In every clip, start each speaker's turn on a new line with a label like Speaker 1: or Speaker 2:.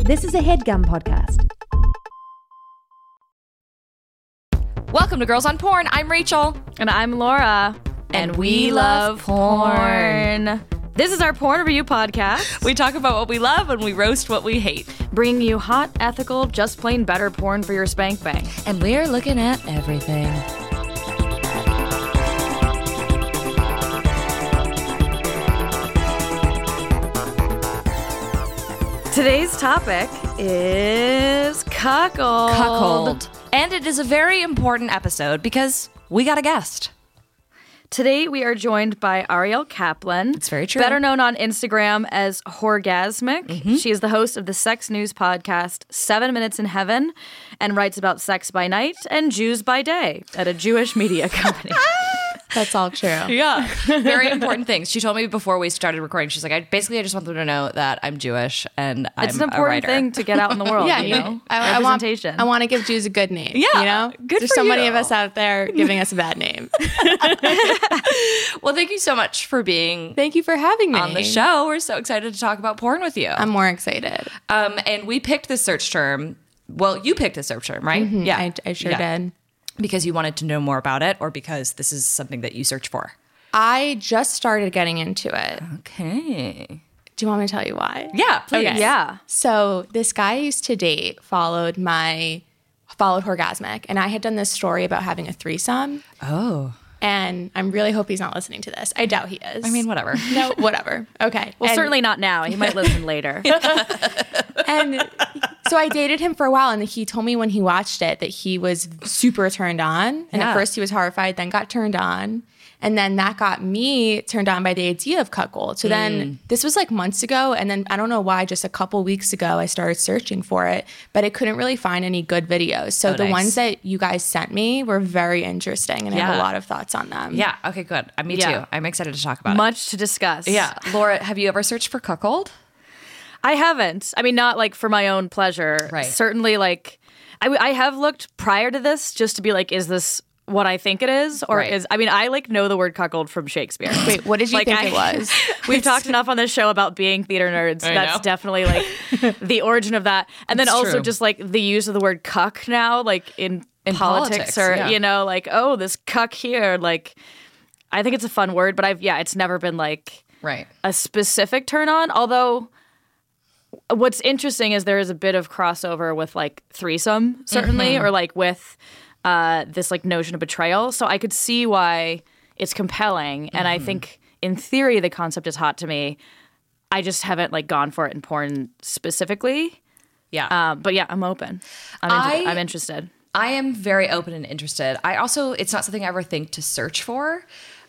Speaker 1: This is a headgum podcast.
Speaker 2: Welcome to Girls on Porn. I'm Rachel.
Speaker 3: And I'm Laura.
Speaker 2: And we love porn.
Speaker 3: This is our porn review podcast.
Speaker 2: We talk about what we love and we roast what we hate.
Speaker 3: bring you hot, ethical, just plain better porn for your spank bang.
Speaker 2: And we're looking at everything.
Speaker 3: Today's topic is cuckold.
Speaker 2: Cuckold. And it is a very important episode because we got a guest.
Speaker 3: Today we are joined by Ariel Kaplan.
Speaker 2: It's very true. Mm-hmm.
Speaker 3: Better known on Instagram as Horgasmic. She is the host of the sex news podcast Seven Minutes in Heaven and writes about sex by night and Jews by day at a Jewish media company.
Speaker 4: That's all true.
Speaker 2: Yeah. very important things. She told me before we started recording, she's like, I basically I just want them to know that I'm Jewish and I'm
Speaker 3: it's
Speaker 2: a
Speaker 3: an important
Speaker 2: writer.
Speaker 3: thing to get out in the world.
Speaker 4: Yeah,
Speaker 3: you know,
Speaker 4: I, I want.
Speaker 3: representation.
Speaker 4: I want to give Jews a good name.
Speaker 2: Yeah,
Speaker 4: you know,
Speaker 2: good
Speaker 4: there's
Speaker 2: for
Speaker 4: so many
Speaker 2: you.
Speaker 4: of us out there giving us a bad name.
Speaker 2: Well, thank you so much for being
Speaker 4: Thank you for having me
Speaker 2: on the show. We're so excited to talk about porn with you.
Speaker 4: I'm more excited.
Speaker 2: Um, and we picked this search term. Well, you picked this search term, right? Yeah,
Speaker 4: I, I sure
Speaker 2: Yeah.
Speaker 4: did.
Speaker 2: Because you wanted to know more about it, or because this is something that you search for.
Speaker 4: I just started getting into it.
Speaker 2: Okay.
Speaker 4: Do you want me to tell you why?
Speaker 2: Yeah. Please.
Speaker 4: Okay.
Speaker 3: Yeah.
Speaker 4: So this guy I used to date followed my followed Horgasmic, and I had done this story about having a threesome.
Speaker 2: Oh.
Speaker 4: And I'm really hope he's not listening to this. I doubt he is.
Speaker 2: I mean, whatever.
Speaker 4: no, whatever. Okay.
Speaker 3: Well,
Speaker 4: And-
Speaker 3: certainly not now. He might listen later.
Speaker 4: and so I dated him for a while, and he told me when he watched it that he was super turned on. And
Speaker 2: Yeah.
Speaker 4: at first he was horrified, then got turned on. And then that got me turned on by the idea of cuckold. So then
Speaker 2: Mm.
Speaker 4: this was like months ago. And then I don't know why, just a couple weeks ago, I started searching for it, but I couldn't really find any good videos. So
Speaker 2: Oh,
Speaker 4: the
Speaker 2: nice.
Speaker 4: ones that you guys sent me were very interesting, and I have
Speaker 2: Yeah.
Speaker 4: a lot of thoughts on them.
Speaker 2: yeah. Okay. Good. Uh, me
Speaker 3: Yeah.
Speaker 2: too. I'm excited to talk about it.
Speaker 3: Much to discuss.
Speaker 2: Yeah. Laura, have you ever searched for cuckold?
Speaker 3: I haven't. I mean, not like for my own pleasure.
Speaker 2: Right.
Speaker 3: Certainly, like, I, w- I have looked prior to this just to be like, is this what I think it is? Or
Speaker 2: Right.
Speaker 3: is, I mean, I like know the word cuckold from Shakespeare.
Speaker 4: Wait, what did you
Speaker 3: Like,
Speaker 4: think
Speaker 3: I-
Speaker 4: it was?
Speaker 3: We've talked enough on this show about being theater nerds.
Speaker 2: I
Speaker 3: That's
Speaker 2: know.
Speaker 3: definitely like the origin of that. And then
Speaker 2: It's
Speaker 3: also
Speaker 2: true.
Speaker 3: just like the use of the word cuck now, like in,
Speaker 2: In
Speaker 3: politics,
Speaker 2: politics,
Speaker 3: or,
Speaker 2: yeah.
Speaker 3: you know, like, oh, this cuck here. Like, I think it's a fun word, but I've, yeah, it's never been like,
Speaker 2: Right.
Speaker 3: a specific turn on. Although, what's interesting is there is a bit of crossover with like threesome, certainly,
Speaker 2: Mm-hmm.
Speaker 3: or like with uh, this like notion of betrayal. So I could see why it's compelling, and
Speaker 2: Mm-hmm.
Speaker 3: I think in theory the concept is hot to me. I just haven't like gone for it in porn specifically.
Speaker 2: Yeah.
Speaker 3: Um, but yeah, I'm open. I'm, into-
Speaker 2: I-
Speaker 3: I'm interested.
Speaker 2: I am very open and interested. I also, it's not something I ever think to search for.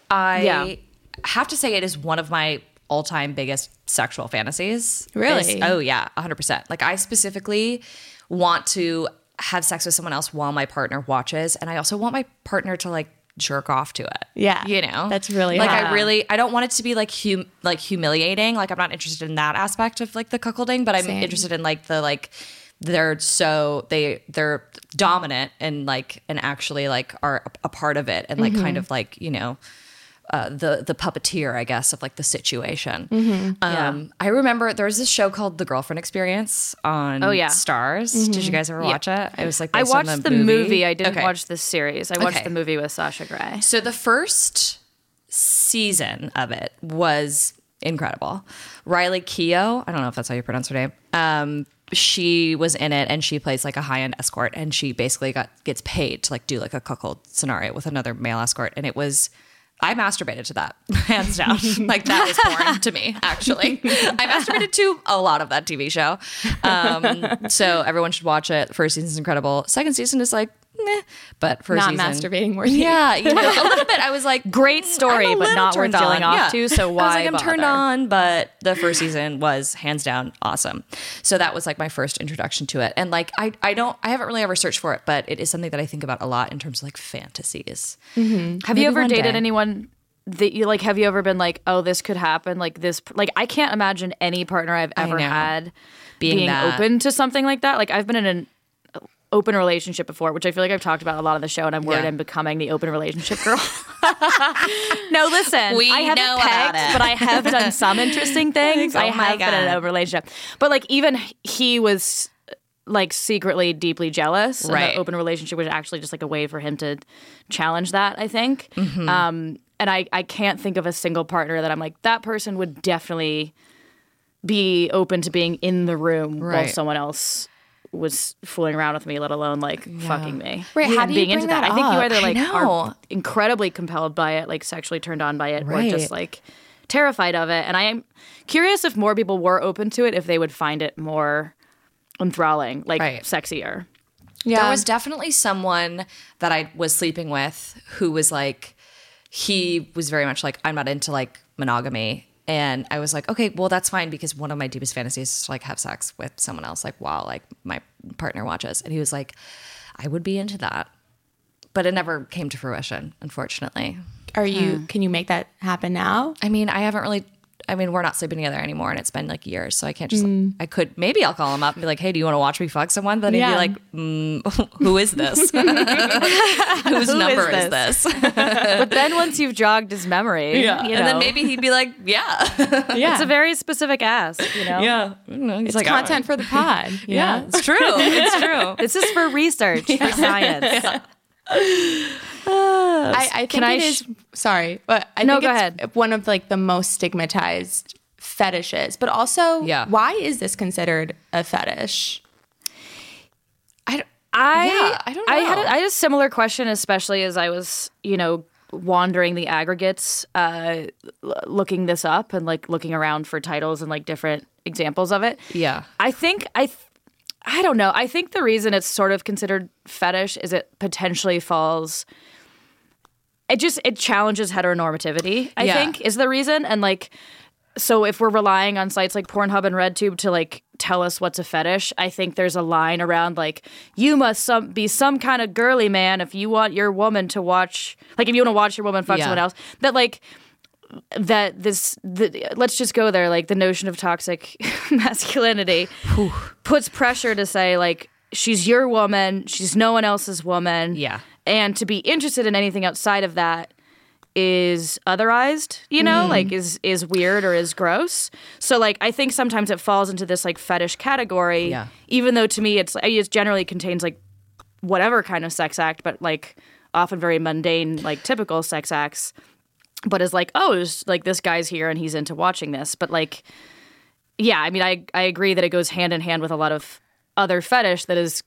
Speaker 2: I
Speaker 3: Yeah.
Speaker 2: have to say, it is one of my all time biggest sexual fantasies.
Speaker 4: Really?
Speaker 2: Is- oh, yeah, 100%. Like, I specifically want to have sex with someone else while my partner watches. And I also want my partner to like, jerk off to it.
Speaker 4: Yeah.
Speaker 2: You know?
Speaker 4: That's really
Speaker 2: like I
Speaker 4: hot.
Speaker 2: really I don't want it to be like hum like humiliating. Like I'm not interested in that aspect of like the cuckolding, but I'm
Speaker 4: Same.
Speaker 2: interested in like the like they're so they they're dominant and like and actually like are a, a part of it and like
Speaker 3: Mm-hmm.
Speaker 2: kind of like, you know, uh, the the puppeteer, I guess, of like the situation.
Speaker 3: Mm-hmm.
Speaker 2: Um, I remember there was this show called The Girlfriend Experience on
Speaker 3: Oh, yeah. Mm-hmm.
Speaker 2: Stars. Did you guys ever watch it? I was like,
Speaker 3: I
Speaker 2: based on
Speaker 3: watched the movie. I didn't
Speaker 2: Okay.
Speaker 3: watch the series. I watched
Speaker 2: Okay.
Speaker 3: the movie with Sasha Grey.
Speaker 2: So the first season of it was incredible. Riley Keough, I don't know if that's how you pronounce her name. Um, she was in it and she plays like a high-end escort and she basically got gets paid to like do like a cuckold scenario with another male escort and it was I masturbated to that hands down. like that was porn to me actually. I masturbated to a lot of that TV show. Um, so everyone should watch it. First season's incredible. Second season is like meh, but first
Speaker 4: Not
Speaker 2: season
Speaker 4: masturbating worthy.
Speaker 2: yeah, you know, a little bit. I was like,
Speaker 3: Great
Speaker 2: mm,
Speaker 3: story,
Speaker 2: I'm a
Speaker 3: but
Speaker 2: little
Speaker 3: not worth
Speaker 2: turned
Speaker 3: jilling
Speaker 2: on.
Speaker 3: off to, so
Speaker 2: I was
Speaker 3: why
Speaker 2: like, I'm turned
Speaker 3: bother?
Speaker 2: on, but the first season was hands down awesome. So that was like my first introduction to it, and like I, I don't, I haven't really ever searched for it, but it is something that I think about a lot in terms of like fantasies.
Speaker 3: Have you
Speaker 2: Maybe
Speaker 3: ever
Speaker 2: one
Speaker 3: dated
Speaker 2: day.
Speaker 3: anyone that you like? Have you ever been like, oh, this could happen? Like this, like I can't imagine any partner I've ever
Speaker 2: know.
Speaker 3: had
Speaker 2: Being
Speaker 3: being,
Speaker 2: that.
Speaker 3: open to something like that. Like I've been in an open relationship before, which I feel like I've talked about a lot on the show, and I'm worried
Speaker 2: Yeah.
Speaker 3: I'm becoming the open relationship girl. no, listen,
Speaker 2: We
Speaker 3: I haven't
Speaker 2: know about
Speaker 3: pegged,
Speaker 2: it.
Speaker 3: but I have done some interesting things. I
Speaker 2: oh my
Speaker 3: have been in an
Speaker 2: God.
Speaker 3: open relationship, but like even he was like secretly deeply jealous and
Speaker 2: Right.
Speaker 3: the open relationship was actually just like a way for him to challenge that i think
Speaker 2: Mm-hmm.
Speaker 3: um, and I, I can't think of a single partner that i'm like that person would definitely be open to being in the room while
Speaker 2: Right.
Speaker 3: someone else was fooling around with me let alone like fucking me
Speaker 4: Right, how
Speaker 3: and
Speaker 4: do you
Speaker 3: being into
Speaker 4: bring
Speaker 3: that,
Speaker 4: that
Speaker 3: i think you
Speaker 4: up?
Speaker 3: either
Speaker 4: I
Speaker 3: like
Speaker 2: know.
Speaker 3: are incredibly compelled by it like sexually turned on by it or
Speaker 2: Right.
Speaker 3: just like terrified of it and i am curious if more people were open to it if they would find it more enthralling, like
Speaker 2: Right.
Speaker 3: sexier.
Speaker 4: Yeah.
Speaker 2: There was definitely someone that I was sleeping with who was like, he was very much like, I'm not into like monogamy. And I was like, okay, well, that's fine because one of my deepest fantasies is to like have sex with someone else, like while like my partner watches. And he was like, I would be into that. But it never came to fruition, unfortunately.
Speaker 4: Are you? Can you make that happen now?
Speaker 2: I mean, I haven't really. I mean, we're not sleeping together anymore, and it's been like years, so I can't just. I could maybe I'll call him up and be like, "Hey, do you want to watch me fuck someone?" But
Speaker 4: Yeah.
Speaker 2: he'd be like, mm, "Who is this? Whose number is this?"
Speaker 3: But then once you've jogged his memory, yeah.
Speaker 2: and then maybe he'd be like, "Yeah,
Speaker 3: yeah. it's a very specific ask, you know?
Speaker 2: yeah." I don't know. He's like,
Speaker 4: Content for the pod.
Speaker 2: "All right."
Speaker 4: yeah.
Speaker 2: Yeah, it's true. It's true.
Speaker 3: This is for research, for science.
Speaker 4: I, I think
Speaker 3: Can I
Speaker 4: it is.
Speaker 3: sh-
Speaker 4: sorry, but I
Speaker 3: No,
Speaker 4: think
Speaker 3: go
Speaker 4: it's
Speaker 3: ahead.
Speaker 4: one of like the most stigmatized fetishes. But also,
Speaker 2: Yeah.
Speaker 4: why is this considered a fetish?
Speaker 2: I don't-
Speaker 3: I
Speaker 2: Yeah, I don't
Speaker 3: I had
Speaker 2: know.
Speaker 3: a, I had a similar question, especially as I was, you know, wandering the aggregates, uh, l- looking this up and like looking around for titles and like different examples of it.
Speaker 2: Yeah.
Speaker 3: I think I. Th- I don't know. I think the reason it's sort of considered fetish is it potentially falls it just it challenges heteronormativity, I
Speaker 2: Yeah.
Speaker 3: think, is the reason. And like so if we're relying on sites like Pornhub and RedTube to like tell us what's a fetish, I think there's a line around like you must some be some kind of girly man if you want your woman to watch like if you want to watch your woman fuck
Speaker 2: Yeah.
Speaker 3: someone else that like that this the, let's just go there like the notion of toxic masculinity puts pressure to say like she's your woman, she's no one else's woman.
Speaker 2: Yeah.
Speaker 3: And to be interested in anything outside of that is otherized, you know,
Speaker 2: Mm-hmm.
Speaker 3: like is is weird or is gross. So like I think sometimes it falls into this like fetish category
Speaker 2: Yeah.
Speaker 3: even though to me it's I mean, it generally contains like whatever kind of sex act but like often very mundane like typical sex acts but is like oh it's like this guy's here and he's into watching this but like yeah, I mean, I I agree that it goes hand in hand with a lot of other fetish that is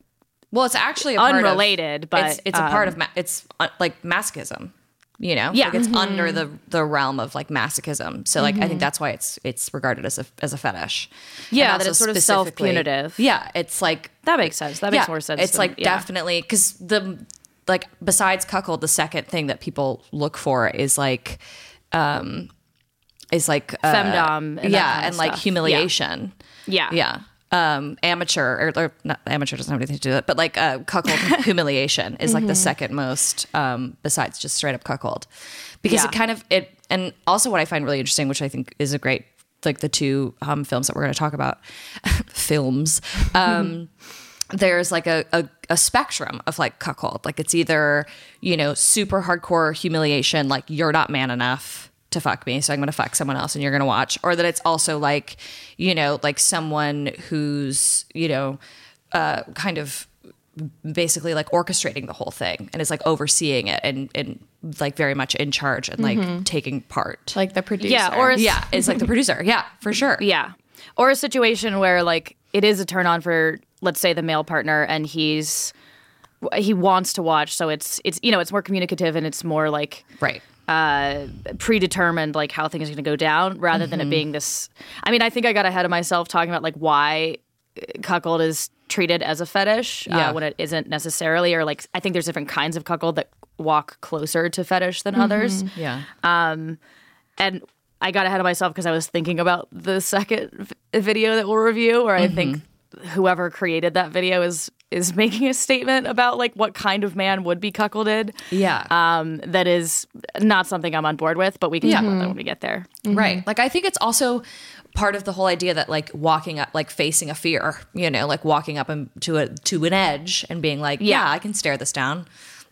Speaker 2: Well, it's actually a part of-
Speaker 3: Unrelated, but, um,
Speaker 2: it's, it's a part of ma- it's uh, like masochism. You know,
Speaker 3: Yeah. Mm-hmm.
Speaker 2: like it's under the the realm of like masochism. So like I think that's why it's it's regarded as a as a fetish. And
Speaker 3: Yeah, that
Speaker 2: also
Speaker 3: it's sort of
Speaker 2: specifically-
Speaker 3: self-punitive.
Speaker 2: Yeah, it's like
Speaker 3: that makes sense. That makes
Speaker 2: yeah,
Speaker 3: more sense.
Speaker 2: It's
Speaker 3: than-
Speaker 2: like
Speaker 3: yeah.
Speaker 2: definitely because the like besides cuckold, the second thing that people look for is like um is like uh,
Speaker 3: Femdom and that
Speaker 2: yeah,
Speaker 3: kind of
Speaker 2: and like
Speaker 3: stuff. Yeah.
Speaker 2: humiliation.
Speaker 3: yeah,
Speaker 2: Yeah. Um, amateur or, or not amateur doesn't have anything to do with it, but like uh, cuckold humiliation is like the second most um, besides just straight up cuckold because it
Speaker 3: Yeah.
Speaker 2: kind of it and also what I find really interesting, which I think is a great like the two um, films that we're going to talk about films. Um, there's like a, a, a spectrum of like cuckold. Like it's either, you know, super hardcore humiliation, like you're not man enough to fuck me, so I'm gonna fuck someone else and you're gonna watch. Or that it's also like, you know, like someone who's, you know, uh, kind of basically like orchestrating the whole thing and is like overseeing it and, and like very much in charge and like taking part.
Speaker 4: Like the producer.
Speaker 3: yeah, or a, yeah,
Speaker 2: yeah, it's like the producer. Yeah, for sure.
Speaker 3: yeah, or a situation where like it is a turn on for let's say the male partner and he's he wants to watch, so it's it's you know it's more communicative and it's more like
Speaker 2: Right.
Speaker 3: uh, predetermined like how things are going to go down rather than it being this i mean i think i got ahead of myself talking about like why uh, cuckold is treated as a fetish
Speaker 2: Yeah.
Speaker 3: uh, when it isn't necessarily or like i think there's different kinds of cuckold that walk closer to fetish than others
Speaker 2: Yeah.
Speaker 3: and I got ahead of myself because I was thinking about the second v- video that we'll review, where
Speaker 2: Mm-hmm.
Speaker 3: I think whoever created that video is is making a statement about like what kind of man would be cuckolded.
Speaker 2: Yeah. Uh,
Speaker 3: um, that
Speaker 2: Mm-hmm.
Speaker 3: is not something I'm on board with, but we can talk about that when we get there.
Speaker 2: Right. Like I think it's also part of the whole idea that like walking up, like facing a fear, you know, like walking up and to a to an edge and being like, yeah,
Speaker 3: Yeah.
Speaker 2: I can stare this down.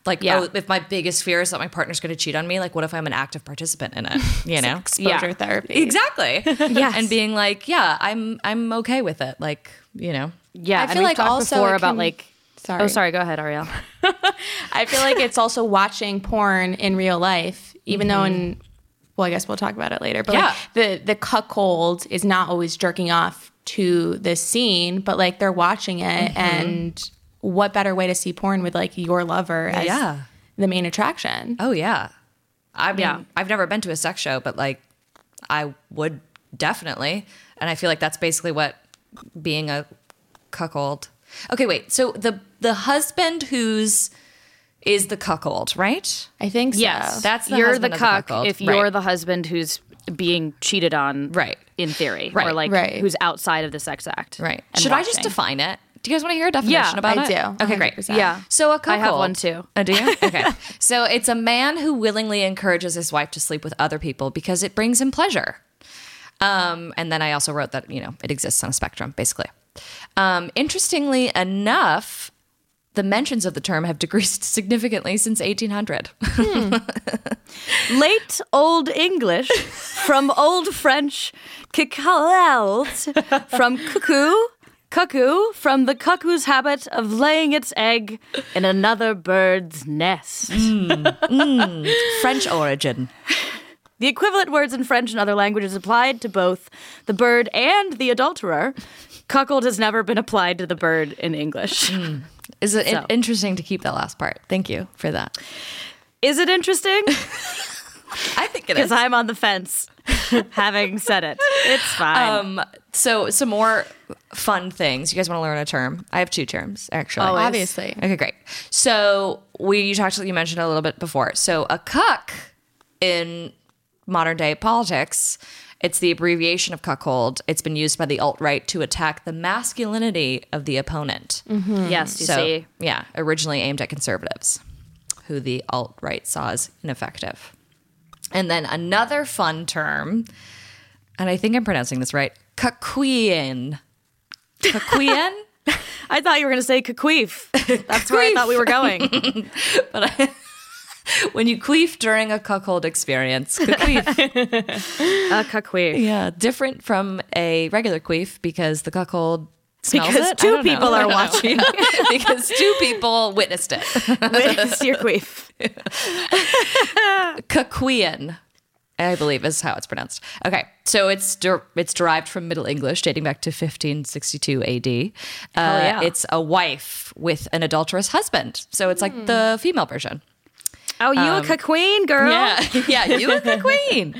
Speaker 2: Like,
Speaker 3: Yeah.
Speaker 2: oh, if my biggest fear is that my partner's going to cheat on me, like, what if I'm an active participant in it? You know,
Speaker 4: exposure
Speaker 3: Yeah.
Speaker 4: therapy.
Speaker 2: exactly. Yeah, and being like, yeah, I'm I'm okay with it. Like, you know,
Speaker 3: Yeah,
Speaker 4: I
Speaker 3: and
Speaker 4: feel
Speaker 3: we've
Speaker 4: like
Speaker 3: talked
Speaker 4: also
Speaker 3: before
Speaker 4: it
Speaker 3: about
Speaker 4: can-
Speaker 3: like.
Speaker 4: Sorry.
Speaker 3: Oh, sorry. Go ahead, Ariel.
Speaker 4: I feel like it's also watching porn in real life, even though in
Speaker 3: Mm-hmm.
Speaker 4: well, I guess we'll talk about it later. But
Speaker 2: Yeah.
Speaker 4: like the the cuckold is not always jerking off to the scene, but like they're watching it,
Speaker 3: Mm-hmm.
Speaker 4: and what better way to see porn with like your lover as
Speaker 2: Yeah.
Speaker 4: the main attraction?
Speaker 2: oh yeah, I mean,
Speaker 3: Yeah.
Speaker 2: I've never been to a sex show, but like, I would definitely, and I feel like that's basically what being a cuckold. Okay, wait. So the the husband who's is the cuckold, right?
Speaker 4: I think so.
Speaker 3: Yes,
Speaker 2: That's the
Speaker 3: you're the
Speaker 2: husband of the
Speaker 3: cuck
Speaker 2: cuckold.
Speaker 3: if
Speaker 2: Right.
Speaker 3: you're the husband who's being cheated on,
Speaker 2: Right.
Speaker 3: In theory, or
Speaker 2: Right.
Speaker 3: like
Speaker 4: Right.
Speaker 3: who's outside of the sex act, and
Speaker 2: Should I just
Speaker 3: watching.
Speaker 2: define it? Do you guys want to hear a definition
Speaker 3: Yeah,
Speaker 2: about
Speaker 4: I
Speaker 2: it?
Speaker 4: do,
Speaker 2: Okay, great.
Speaker 4: 100%.
Speaker 3: Yeah.
Speaker 2: So a cuckold.
Speaker 3: I have one too.
Speaker 2: Oh, do you? Okay. so it's a man who willingly encourages his wife to sleep with other people because it brings him pleasure. Um, and then I also wrote that you know it exists on a spectrum, basically. Um, interestingly enough, the mentions of the term have decreased significantly since 1800.
Speaker 3: Late Old English from Old French, cuckold from cuckoo, cuckoo from the cuckoo's habit of laying its egg in another bird's nest.
Speaker 2: French origin.
Speaker 3: The equivalent words in French and other languages applied to both the bird and the adulterer. Cuckold has never been applied to the bird in English.
Speaker 2: Is it in- interesting to keep that last part? Thank you for that.
Speaker 3: Is it interesting?
Speaker 2: I think it is.
Speaker 3: Because I'm on the fence having said it. It's fine.
Speaker 2: So some more fun things. You guys want to learn a term? I have two terms actually.
Speaker 4: Oh,
Speaker 3: Always.
Speaker 4: Obviously.
Speaker 2: Okay, great. So we you talked you mentioned a little bit before. So a cuck in modern day politics, it's the abbreviation of cuckold. It's been used by the alt right to attack the masculinity of the opponent.
Speaker 3: yes, you
Speaker 2: So
Speaker 3: Mm-hmm. see.
Speaker 2: yeah, originally aimed at conservatives, who the alt right saw as ineffective. And then another fun term, and I think I'm pronouncing this right, kakuyin. Kakuyin?
Speaker 3: I thought you were going to say kaqueef. That's where I thought we were going.
Speaker 2: when you queef during a cuckold experience. Queef.
Speaker 3: A kaqueef.
Speaker 2: yeah, different from a regular queef because the cuckold smells
Speaker 3: Because
Speaker 2: it. I
Speaker 3: two
Speaker 2: don't know.
Speaker 3: people are
Speaker 2: I don't know. because two people witnessed it.
Speaker 3: Witness your queef.
Speaker 2: Kakuyan, I believe is how it's pronounced. Okay, so it's der- it's derived from Middle English, dating back to 1562 AD. Uh,
Speaker 3: yeah.
Speaker 2: It's a wife with an adulterous husband, so it's
Speaker 3: Hmm.
Speaker 2: like the female version.
Speaker 3: Oh, you a kaqueen, girl?
Speaker 2: Yeah, yeah, you are the queen.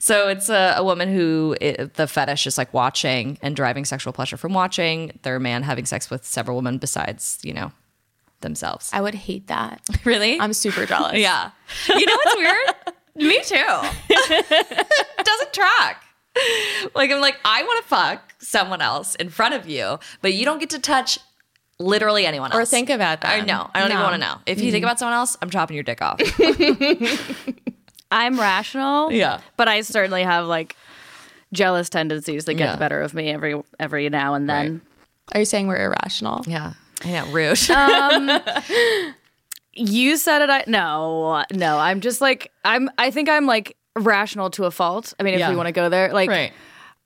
Speaker 2: So it's a, a woman who i the fetish is like watching and deriving sexual pleasure from watching their man having sex with several women besides you know themselves.
Speaker 4: I would hate that.
Speaker 2: Really,
Speaker 4: I'm super jealous.
Speaker 2: yeah. You know what's weird? Me too. Doesn't track. Like I'm like I want to fuck someone else in front of you, but you don't get to touch literally anyone else.
Speaker 4: Or think about that.
Speaker 2: I know. I don't even
Speaker 4: No. Mm-hmm.
Speaker 2: want to know. If you think about someone else, I'm chopping your dick off.
Speaker 3: I'm rational.
Speaker 2: Yeah.
Speaker 3: But I certainly have like jealous tendencies that get
Speaker 2: Yeah.
Speaker 3: the better of me every every now and then.
Speaker 4: Are you saying we're irrational?
Speaker 2: yeah. Yeah, rude.
Speaker 4: Um,
Speaker 3: You said it I no, no, I'm just like I'm I think I'm like rational to a fault. I mean, if
Speaker 2: Yeah.
Speaker 3: we want to go there, like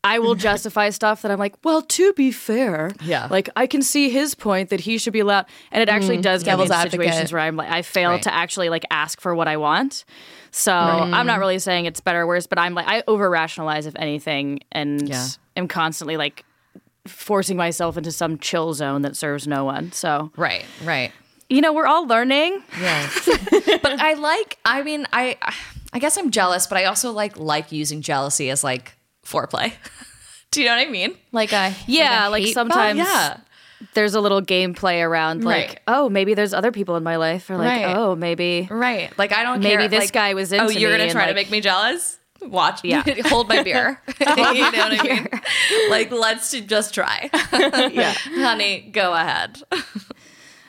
Speaker 3: I will justify stuff that I'm like, well, to be fair,
Speaker 2: Yeah. Mm.
Speaker 3: like I can see his point that he should be allowed, and it actually does get me
Speaker 4: Devil's
Speaker 3: into
Speaker 4: advocate.
Speaker 3: situations where I'm like, I fail
Speaker 2: Right.
Speaker 3: to actually like ask for what I want. So I'm not really saying it's better or worse, but I'm like I over rationalize if anything, and
Speaker 2: Yeah.
Speaker 3: am constantly like forcing myself into some chill zone that serves no one. So
Speaker 2: Right, right.
Speaker 3: you know, we're all learning.
Speaker 2: Yes. but I like I mean I I guess I'm jealous, but I also like like using jealousy as like foreplay. Do you know what I mean?
Speaker 4: Like uh, a
Speaker 3: Yeah,
Speaker 4: like,
Speaker 3: like
Speaker 4: a hate-
Speaker 3: sometimes
Speaker 2: yeah.
Speaker 3: there's a little gameplay around, like,
Speaker 2: Right.
Speaker 3: oh, maybe there's other people in my life, or like,
Speaker 2: Right.
Speaker 3: oh, maybe
Speaker 2: Right. Like I don't
Speaker 3: Maybe
Speaker 2: care.
Speaker 3: this
Speaker 2: like,
Speaker 3: guy was
Speaker 2: Oh,
Speaker 3: into
Speaker 2: you're
Speaker 3: me
Speaker 2: gonna
Speaker 3: and,
Speaker 2: try to
Speaker 3: like-
Speaker 2: make me jealous? Watch.
Speaker 3: Yeah.
Speaker 2: Hold my beer. you know what I mean? Like let's just try. yeah. Honey, go ahead.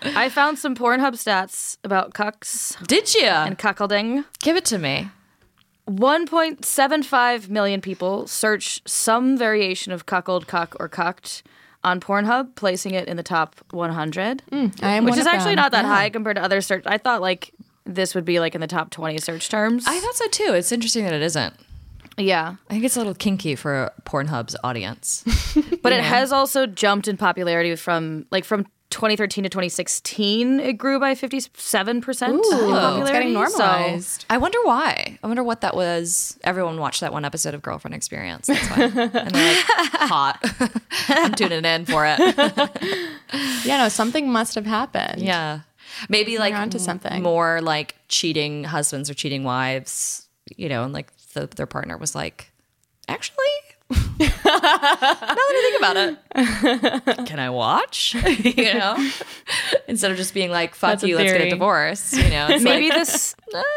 Speaker 3: I found some Pornhub stats about cucks
Speaker 2: Did you?
Speaker 3: and cuckolding.
Speaker 2: Give it to me.
Speaker 3: 1.75 million people search some variation of cuckold, cuck, or cucked on Pornhub, placing it in the top 100,
Speaker 4: I am
Speaker 3: which
Speaker 4: Mm, one
Speaker 3: is
Speaker 4: of
Speaker 3: actually
Speaker 4: them.
Speaker 3: not that
Speaker 4: Yeah.
Speaker 3: high compared to other search. I thought like this would be like in the top 20 search terms.
Speaker 2: I thought so too. It's interesting that it isn't.
Speaker 3: yeah.
Speaker 2: I think it's a little kinky for Pornhub's audience.
Speaker 3: But it has also jumped in popularity from like from 2013 to 2016. It grew by 57 percent in popularity.
Speaker 4: It's getting
Speaker 3: so-
Speaker 4: normalized.
Speaker 2: I wonder why. I wonder what that was. Everyone watched that one episode of Girlfriend Experience. That's why. and they're like, hot. I'm tuning in for it.
Speaker 4: Yeah, no, something must have happened.
Speaker 2: Yeah. Maybe like
Speaker 4: onto something.
Speaker 2: more like cheating husbands or cheating wives, you know, and like the, their partner was like, actually, now that I think about it, can I watch? you know, instead of just being like, fuck
Speaker 4: That's a
Speaker 2: you, let's get a
Speaker 4: theory.
Speaker 2: divorce, you know, it's
Speaker 3: Maybe
Speaker 2: like, Eh,
Speaker 3: this,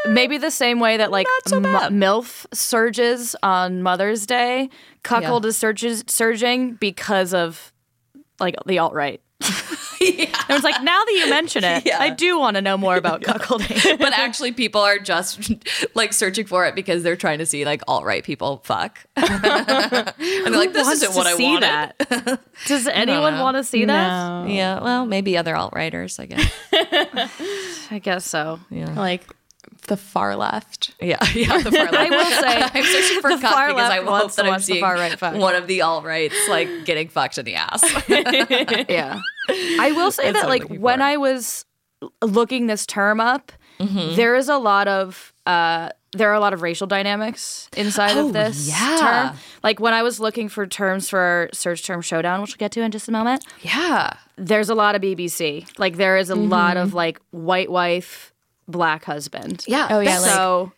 Speaker 3: maybe the same way that like
Speaker 2: Not so
Speaker 3: mu-
Speaker 2: bad.
Speaker 3: MILF surges on Mother's Day, cuckold
Speaker 2: Yeah.
Speaker 3: is surges, surging because of like the alt right. And it's like now that you mention it, I do want to know more about cuckolding.
Speaker 2: but actually people are just like searching for it because they're trying to see like alt right people fuck. and they're like, this
Speaker 3: Wants
Speaker 2: isn't what
Speaker 3: to
Speaker 2: I
Speaker 3: see
Speaker 2: wanted. Oh.
Speaker 3: That. Does anyone
Speaker 2: know.
Speaker 3: want to see that?
Speaker 4: No.
Speaker 2: Yeah, well, maybe other alt writers, I guess.
Speaker 3: I guess so.
Speaker 4: Like the far left.
Speaker 2: Yeah, yeah, the far left.
Speaker 3: I will say,
Speaker 2: I'm searching for cuck
Speaker 3: far
Speaker 2: because I
Speaker 3: left
Speaker 2: hope
Speaker 3: wants
Speaker 2: that
Speaker 3: to
Speaker 2: I'm
Speaker 3: watch the
Speaker 2: seeing
Speaker 3: far right fuck.
Speaker 2: one of the alt rights like getting fucked in the ass.
Speaker 3: yeah. I will say
Speaker 2: That's
Speaker 3: that
Speaker 2: what I'm
Speaker 3: like
Speaker 2: looking
Speaker 3: when
Speaker 2: for.
Speaker 3: I was l- looking this term up,
Speaker 2: Mm-hmm.
Speaker 3: there is a lot of uh there are a lot of racial dynamics inside
Speaker 2: Oh,
Speaker 3: of this
Speaker 2: yeah.
Speaker 3: term. Like when I was looking for terms for our search term showdown, which we'll get to in just a moment,
Speaker 2: yeah,
Speaker 3: there's a lot of BBC. Like there is a
Speaker 2: Mm-hmm.
Speaker 3: lot of like white wife, black husband.
Speaker 2: yeah.
Speaker 4: Oh, yeah, like-
Speaker 3: So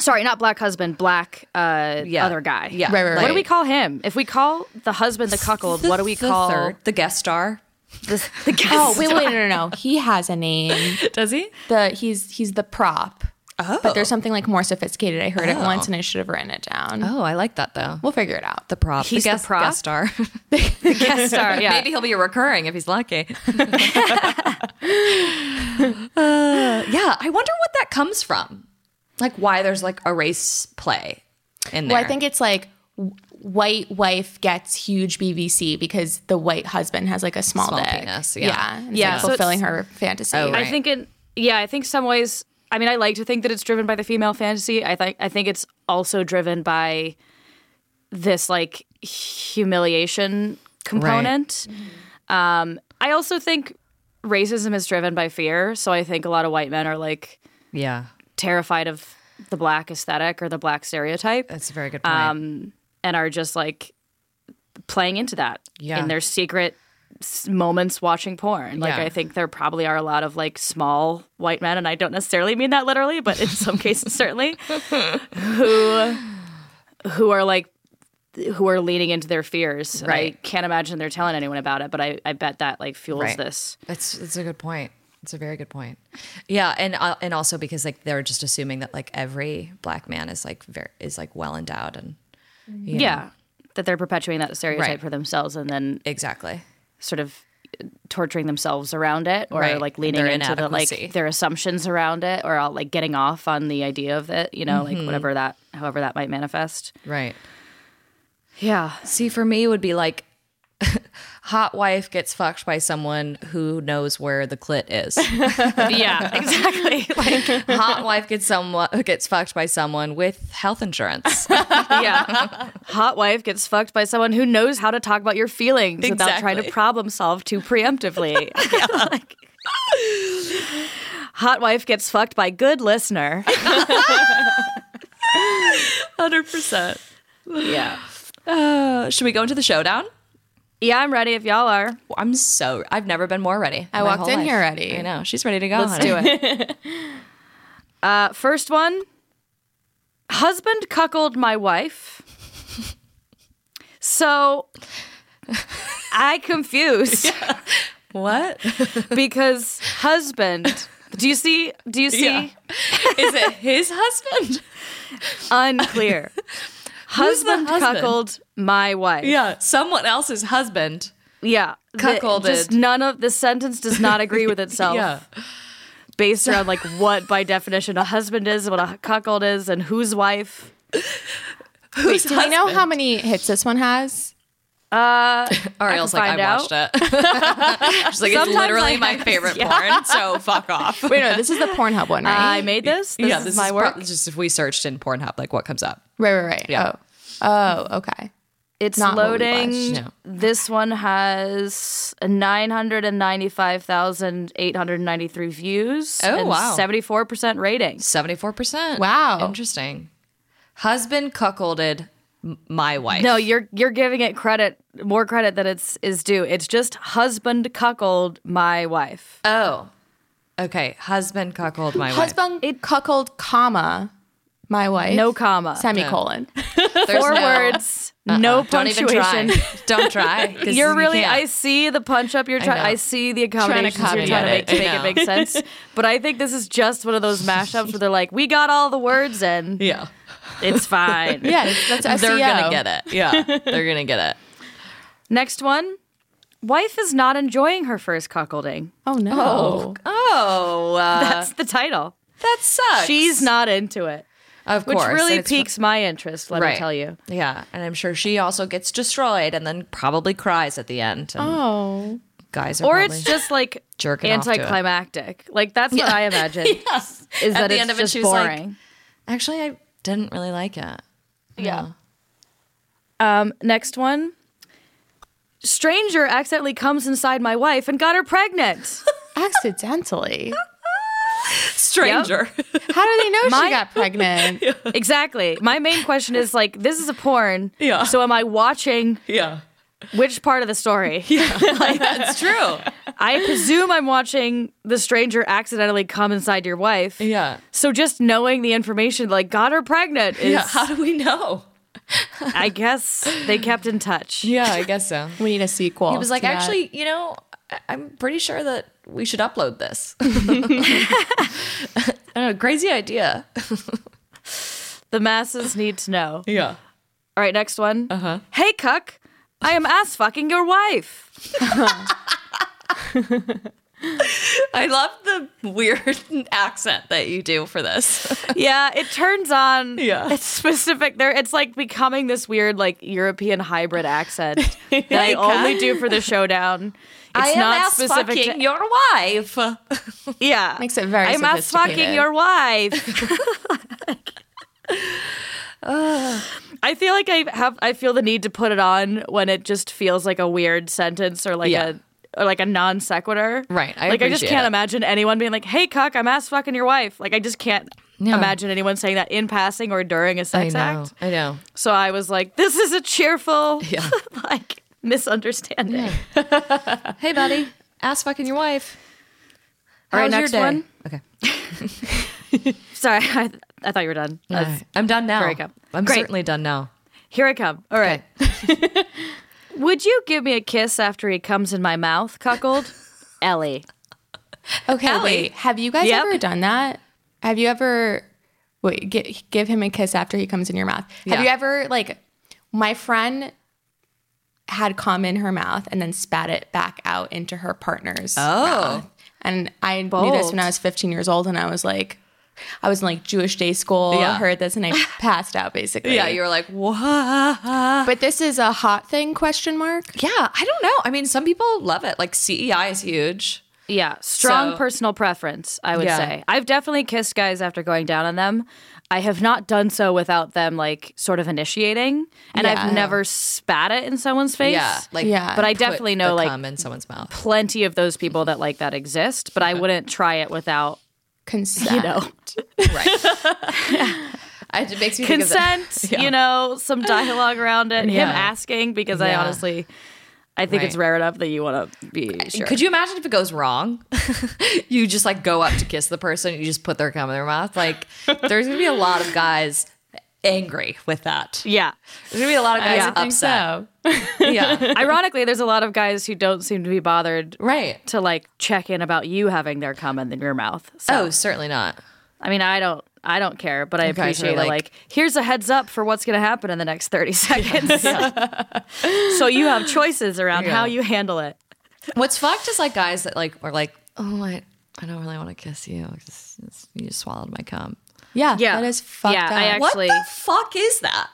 Speaker 3: sorry, not black husband, black uh
Speaker 2: Yeah.
Speaker 3: other guy.
Speaker 2: yeah.
Speaker 4: Right, right,
Speaker 3: What
Speaker 4: right.
Speaker 3: do we call him? If we call the husband the cuckold, what do we call
Speaker 2: the, third, the guest star?
Speaker 3: this- the guest?
Speaker 4: Oh, wait, wait, no, no, no. He has a name.
Speaker 2: Does he?
Speaker 4: The he's he's the prop.
Speaker 2: Oh,
Speaker 4: But there's something like more sophisticated. I heard it
Speaker 2: Oh.
Speaker 4: once and I should have written it down.
Speaker 2: oh, I like that though.
Speaker 4: We'll figure it out.
Speaker 2: The prop,
Speaker 3: He's the
Speaker 2: the guest,
Speaker 3: prop?
Speaker 2: guest star.
Speaker 3: guest star. Yeah.
Speaker 2: Maybe he'll be a recurring if he's lucky. Uh, yeah, I wonder what that comes from. Like why there's like a race play in there.
Speaker 4: Well, I think it's like w- white wife gets huge BBC because the white husband has like a small,
Speaker 2: Small
Speaker 4: dick.
Speaker 2: penis, yeah.
Speaker 4: and it's
Speaker 3: Yeah,
Speaker 4: like
Speaker 3: so it's-
Speaker 4: fulfilling her fantasy.
Speaker 2: Oh, right.
Speaker 3: I think it. Yeah, I think some ways. I mean, I like to think that it's driven by the female fantasy. I think I think it's also driven by this like humiliation component. Um, I also think racism is driven by fear. So I think a lot of white men are like
Speaker 2: yeah.
Speaker 3: terrified of the black aesthetic or the black stereotype,
Speaker 2: That's a very good point.
Speaker 4: Um,
Speaker 3: and are just like playing into that
Speaker 2: Yeah.
Speaker 3: in their secret s- moments watching porn. Like
Speaker 2: Yeah.
Speaker 3: I think there probably are a lot of like small white men, and I don't necessarily mean that literally, but in some cases certainly, who who are like who are leaning into their fears. And
Speaker 2: Right.
Speaker 3: I can't imagine they're telling anyone about it, but I, I bet that like fuels
Speaker 2: Right.
Speaker 3: this.
Speaker 2: That's that's a good point. It's a very good point. Yeah, and uh, and also because like they're just assuming that like every black man is like very is like well endowed and
Speaker 3: Yeah. That they're perpetuating that stereotype
Speaker 2: Right.
Speaker 3: for themselves and then
Speaker 2: exactly
Speaker 3: sort of uh, torturing themselves around it or
Speaker 2: Right.
Speaker 3: like leaning
Speaker 2: Their
Speaker 3: into the
Speaker 2: inadequacy.
Speaker 3: like their assumptions around it or all, like getting off on the idea of it you know
Speaker 2: Mm-hmm.
Speaker 3: like whatever that however that might manifest
Speaker 2: right.
Speaker 3: yeah
Speaker 2: See, for me, it would be like hot wife gets fucked by someone who knows where the clit is.
Speaker 3: yeah exactly like
Speaker 2: hot wife gets someone gets fucked by someone with health insurance.
Speaker 3: yeah hot wife gets fucked by someone who knows how to talk about your feelings without trying to
Speaker 2: Exactly.
Speaker 3: problem solve too preemptively Like- hot wife gets fucked by good listener
Speaker 2: Hundred percent.
Speaker 3: yeah
Speaker 2: Uh, should we go into the showdown?
Speaker 3: yeah i'm ready if y'all are
Speaker 2: I'm so I've never been more ready.
Speaker 4: I
Speaker 2: my
Speaker 4: walked
Speaker 2: whole
Speaker 4: in
Speaker 2: life.
Speaker 4: here ready.
Speaker 2: I know she's ready to go.
Speaker 3: Let's do it. uh, first one Husband cuckolded my wife. So I confused
Speaker 2: What?
Speaker 3: because husband. Do you see? Do you see?
Speaker 2: Yeah. Is it his husband?
Speaker 3: Unclear. husband,
Speaker 2: husband?
Speaker 3: cuckolded my wife.
Speaker 2: Yeah, someone else's husband.
Speaker 3: Yeah. The-
Speaker 2: Cuckolded.
Speaker 3: just none of the sentence does not agree with itself.
Speaker 2: Yeah.
Speaker 3: based around like what by definition a husband is, what a cuckold is, and whose wife.
Speaker 4: Wait, do we know how many hits this one has?
Speaker 2: Ariel's like,
Speaker 3: find
Speaker 2: I
Speaker 3: out."
Speaker 2: watched it. She's like, it's
Speaker 3: Sometimes
Speaker 2: literally
Speaker 3: I-
Speaker 2: my favorite porn, so fuck off.
Speaker 4: Wait, no, this is the Pornhub one, right?
Speaker 3: I made this. This
Speaker 2: yeah,
Speaker 3: is
Speaker 2: this
Speaker 3: my
Speaker 2: is
Speaker 3: work.
Speaker 2: pro- just if we searched in Pornhub, like what comes up.
Speaker 4: right, right, right.
Speaker 2: Yeah.
Speaker 4: Oh, oh, okay.
Speaker 3: It's
Speaker 4: Not what we
Speaker 3: loading.
Speaker 2: watched. No.
Speaker 3: This one has 995,893 views.
Speaker 2: Oh,
Speaker 3: and
Speaker 2: wow.
Speaker 3: 74% rating.
Speaker 2: 74%.
Speaker 4: Wow.
Speaker 2: Interesting. Husband cuckolded m- my wife.
Speaker 3: No, you're you're giving it credit, more credit than it's is due. It's just husband cuckold my wife.
Speaker 2: Oh. Okay. Husband cuckolded my wife.
Speaker 4: Husband cuckold, comma, my wife.
Speaker 3: No comma.
Speaker 4: Semicolon.
Speaker 2: There's
Speaker 3: Four
Speaker 2: no-
Speaker 3: words, no
Speaker 2: Uh-uh. Don't even try.
Speaker 3: punctuation.
Speaker 2: Don't try. 'cause
Speaker 3: You're
Speaker 2: you
Speaker 3: really.
Speaker 2: can't.
Speaker 3: I see the punch up. You're trying.
Speaker 2: know.
Speaker 3: I, see the accommodations
Speaker 4: copy
Speaker 3: you're trying to
Speaker 2: it.
Speaker 3: make to
Speaker 2: I
Speaker 3: make it
Speaker 2: know.
Speaker 3: make sense. But I think this is just one of those mashups where they're like, "We got all the words in.
Speaker 2: Yeah.
Speaker 3: It's fine."
Speaker 4: Yeah, that's, that's E
Speaker 2: They're
Speaker 3: E
Speaker 2: going to
Speaker 4: SEO.
Speaker 2: get it. Yeah. They're going to get it.
Speaker 3: Next one. Wife is not enjoying her first cuckolding.
Speaker 4: Oh no.
Speaker 2: Oh. Uh,
Speaker 3: That's the title.
Speaker 2: that sucks.
Speaker 3: She's not into it,
Speaker 2: Of
Speaker 3: which
Speaker 2: course. and
Speaker 3: really
Speaker 2: it's-
Speaker 3: piques my interest. Let me
Speaker 2: Right.
Speaker 3: tell you.
Speaker 2: Yeah. And I'm sure she also gets destroyed and then probably cries at the end. And
Speaker 4: Oh.
Speaker 2: guys are
Speaker 3: Or
Speaker 2: probably-
Speaker 3: it's just like
Speaker 2: jerking off to it.
Speaker 3: anticlimactic. Like that's what I imagine.
Speaker 2: yes.
Speaker 3: Is
Speaker 2: At
Speaker 3: that
Speaker 2: the
Speaker 3: it's
Speaker 2: end of it,
Speaker 3: just
Speaker 2: she was like-
Speaker 3: boring.
Speaker 2: Actually, I didn't really like it.
Speaker 3: Ah. Yeah. Um, next one. Stranger accidentally comes inside my wife and got her pregnant.
Speaker 4: Accidentally.
Speaker 2: Stranger.
Speaker 4: How do they know
Speaker 3: My-
Speaker 4: she got pregnant?
Speaker 3: exactly. My main question is like, this is a porn.
Speaker 2: Yeah.
Speaker 3: So am I watching
Speaker 2: yeah.
Speaker 3: which part of the story?
Speaker 2: That's true.
Speaker 3: I presume I'm watching the stranger accidentally come inside your wife.
Speaker 2: Yeah.
Speaker 3: So just knowing the information, like got her pregnant, is
Speaker 2: do we know?
Speaker 3: I guess they kept in touch.
Speaker 2: Yeah, I guess so.
Speaker 4: We need a sequel.
Speaker 2: He was like, actually, you know, I- I'm pretty sure that we should upload this. I don't know, crazy idea.
Speaker 3: The masses need to know.
Speaker 2: Yeah.
Speaker 3: All right, next one. Uh-huh. Hey, cuck, I am ass fucking your wife.
Speaker 2: I love the weird accent that you do for this.
Speaker 3: Yeah, it turns on.
Speaker 2: Yeah.
Speaker 3: it's specific. There, it's like becoming this weird like European hybrid accent that I only do for the showdown. It's
Speaker 2: I am
Speaker 3: not
Speaker 2: ass
Speaker 3: specific.
Speaker 2: fucking
Speaker 3: to-
Speaker 2: your wife.
Speaker 3: yeah,
Speaker 4: Makes it very
Speaker 3: I'm ass fucking
Speaker 4: sophisticated.
Speaker 3: your wife. I feel like I have. I feel the need to put it on when it just feels like a weird sentence or like
Speaker 2: Yeah.
Speaker 3: a. Or like a non sequitur,
Speaker 2: Right, I
Speaker 3: like I just
Speaker 2: appreciate
Speaker 3: can't
Speaker 2: it.
Speaker 3: imagine anyone being like, "Hey, cuck, I'm ass fucking your wife." Like I just can't imagine anyone saying that in passing or during a sex act.
Speaker 2: I know.
Speaker 3: So I was like, this is a cheerful,
Speaker 2: Yeah.
Speaker 3: like, misunderstanding.
Speaker 2: Hey, buddy, ass fucking your wife.
Speaker 3: All right,
Speaker 2: How's your
Speaker 3: next
Speaker 2: day?
Speaker 3: one.
Speaker 2: Okay.
Speaker 3: Sorry, I, I thought you were done.
Speaker 2: All
Speaker 3: That's-
Speaker 2: right. I'm done now.
Speaker 3: Here I come.
Speaker 2: I'm
Speaker 3: Great.
Speaker 2: certainly done now.
Speaker 3: Here I come. All right. Would you give me a kiss after he comes in my mouth, cuckold? Ellie.
Speaker 4: okay,
Speaker 2: Ellie.
Speaker 4: wait. Have you guys
Speaker 3: Yep.
Speaker 4: ever done that? Have you ever wait gi- give him a kiss after he comes in your mouth?
Speaker 2: Yeah.
Speaker 4: Have you ever like my friend had cum in her mouth and then spat it back out into her partner's mouth. And I knew this when I was 15 years old, and I was like, I was in like Jewish day school. I
Speaker 2: Yeah.
Speaker 4: heard this, and I passed out basically.
Speaker 2: Yeah, you were like, what?
Speaker 4: But this is a hot thing? Question mark.
Speaker 2: Yeah, I don't know. I mean, some people love it. Like CEI is huge.
Speaker 3: Yeah, strong
Speaker 2: So-
Speaker 3: personal preference, I would
Speaker 2: Yeah.
Speaker 3: say. I've definitely kissed guys after going down on them. I have not done so without them, like, sort of initiating. And
Speaker 4: Yeah.
Speaker 3: I've never spat it in someone's face.
Speaker 2: Yeah, like
Speaker 4: Yeah.
Speaker 3: But I
Speaker 2: put
Speaker 3: definitely
Speaker 2: the
Speaker 3: know, like,
Speaker 2: cum in someone's mouth.
Speaker 3: plenty of those people that like that exist, but I wouldn't try it without
Speaker 4: Consent.
Speaker 3: you know
Speaker 2: Right. I, it makes me Think of
Speaker 3: consent.
Speaker 2: Yeah.
Speaker 3: You know, some dialogue around it. Him
Speaker 2: Yeah.
Speaker 3: asking because I
Speaker 2: Yeah.
Speaker 3: honestly, I think it's
Speaker 2: Right.
Speaker 3: rare enough that you want to be sure.
Speaker 2: the- Could you imagine if it goes wrong? you just like go up to kiss the person, you just put their cum in their mouth. Like there's gonna be a lot of guys angry with that.
Speaker 3: yeah.
Speaker 2: There's gonna be a lot of guys
Speaker 4: I think
Speaker 2: upset.
Speaker 4: so.
Speaker 2: Yeah.
Speaker 3: Ironically, there's a lot of guys who don't seem to be bothered
Speaker 2: Right.
Speaker 3: to like check in about you having their cum in your mouth. So
Speaker 2: Oh, certainly not.
Speaker 3: I mean, I don't. I don't care, but I
Speaker 2: guys are
Speaker 3: appreciate it.
Speaker 2: like-
Speaker 3: Like, here's a heads up for what's going to happen in the next 30 seconds. so you have choices around
Speaker 2: Yeah.
Speaker 3: how you handle it.
Speaker 2: What's fucked is like guys that like are like, oh, I, I don't really want to kiss you. It's- it's- You swallowed my cum.
Speaker 4: Yeah,
Speaker 3: Yeah.
Speaker 4: that is fucked
Speaker 3: Yeah,
Speaker 4: up.
Speaker 3: I act- Actually-
Speaker 2: what the fuck is that?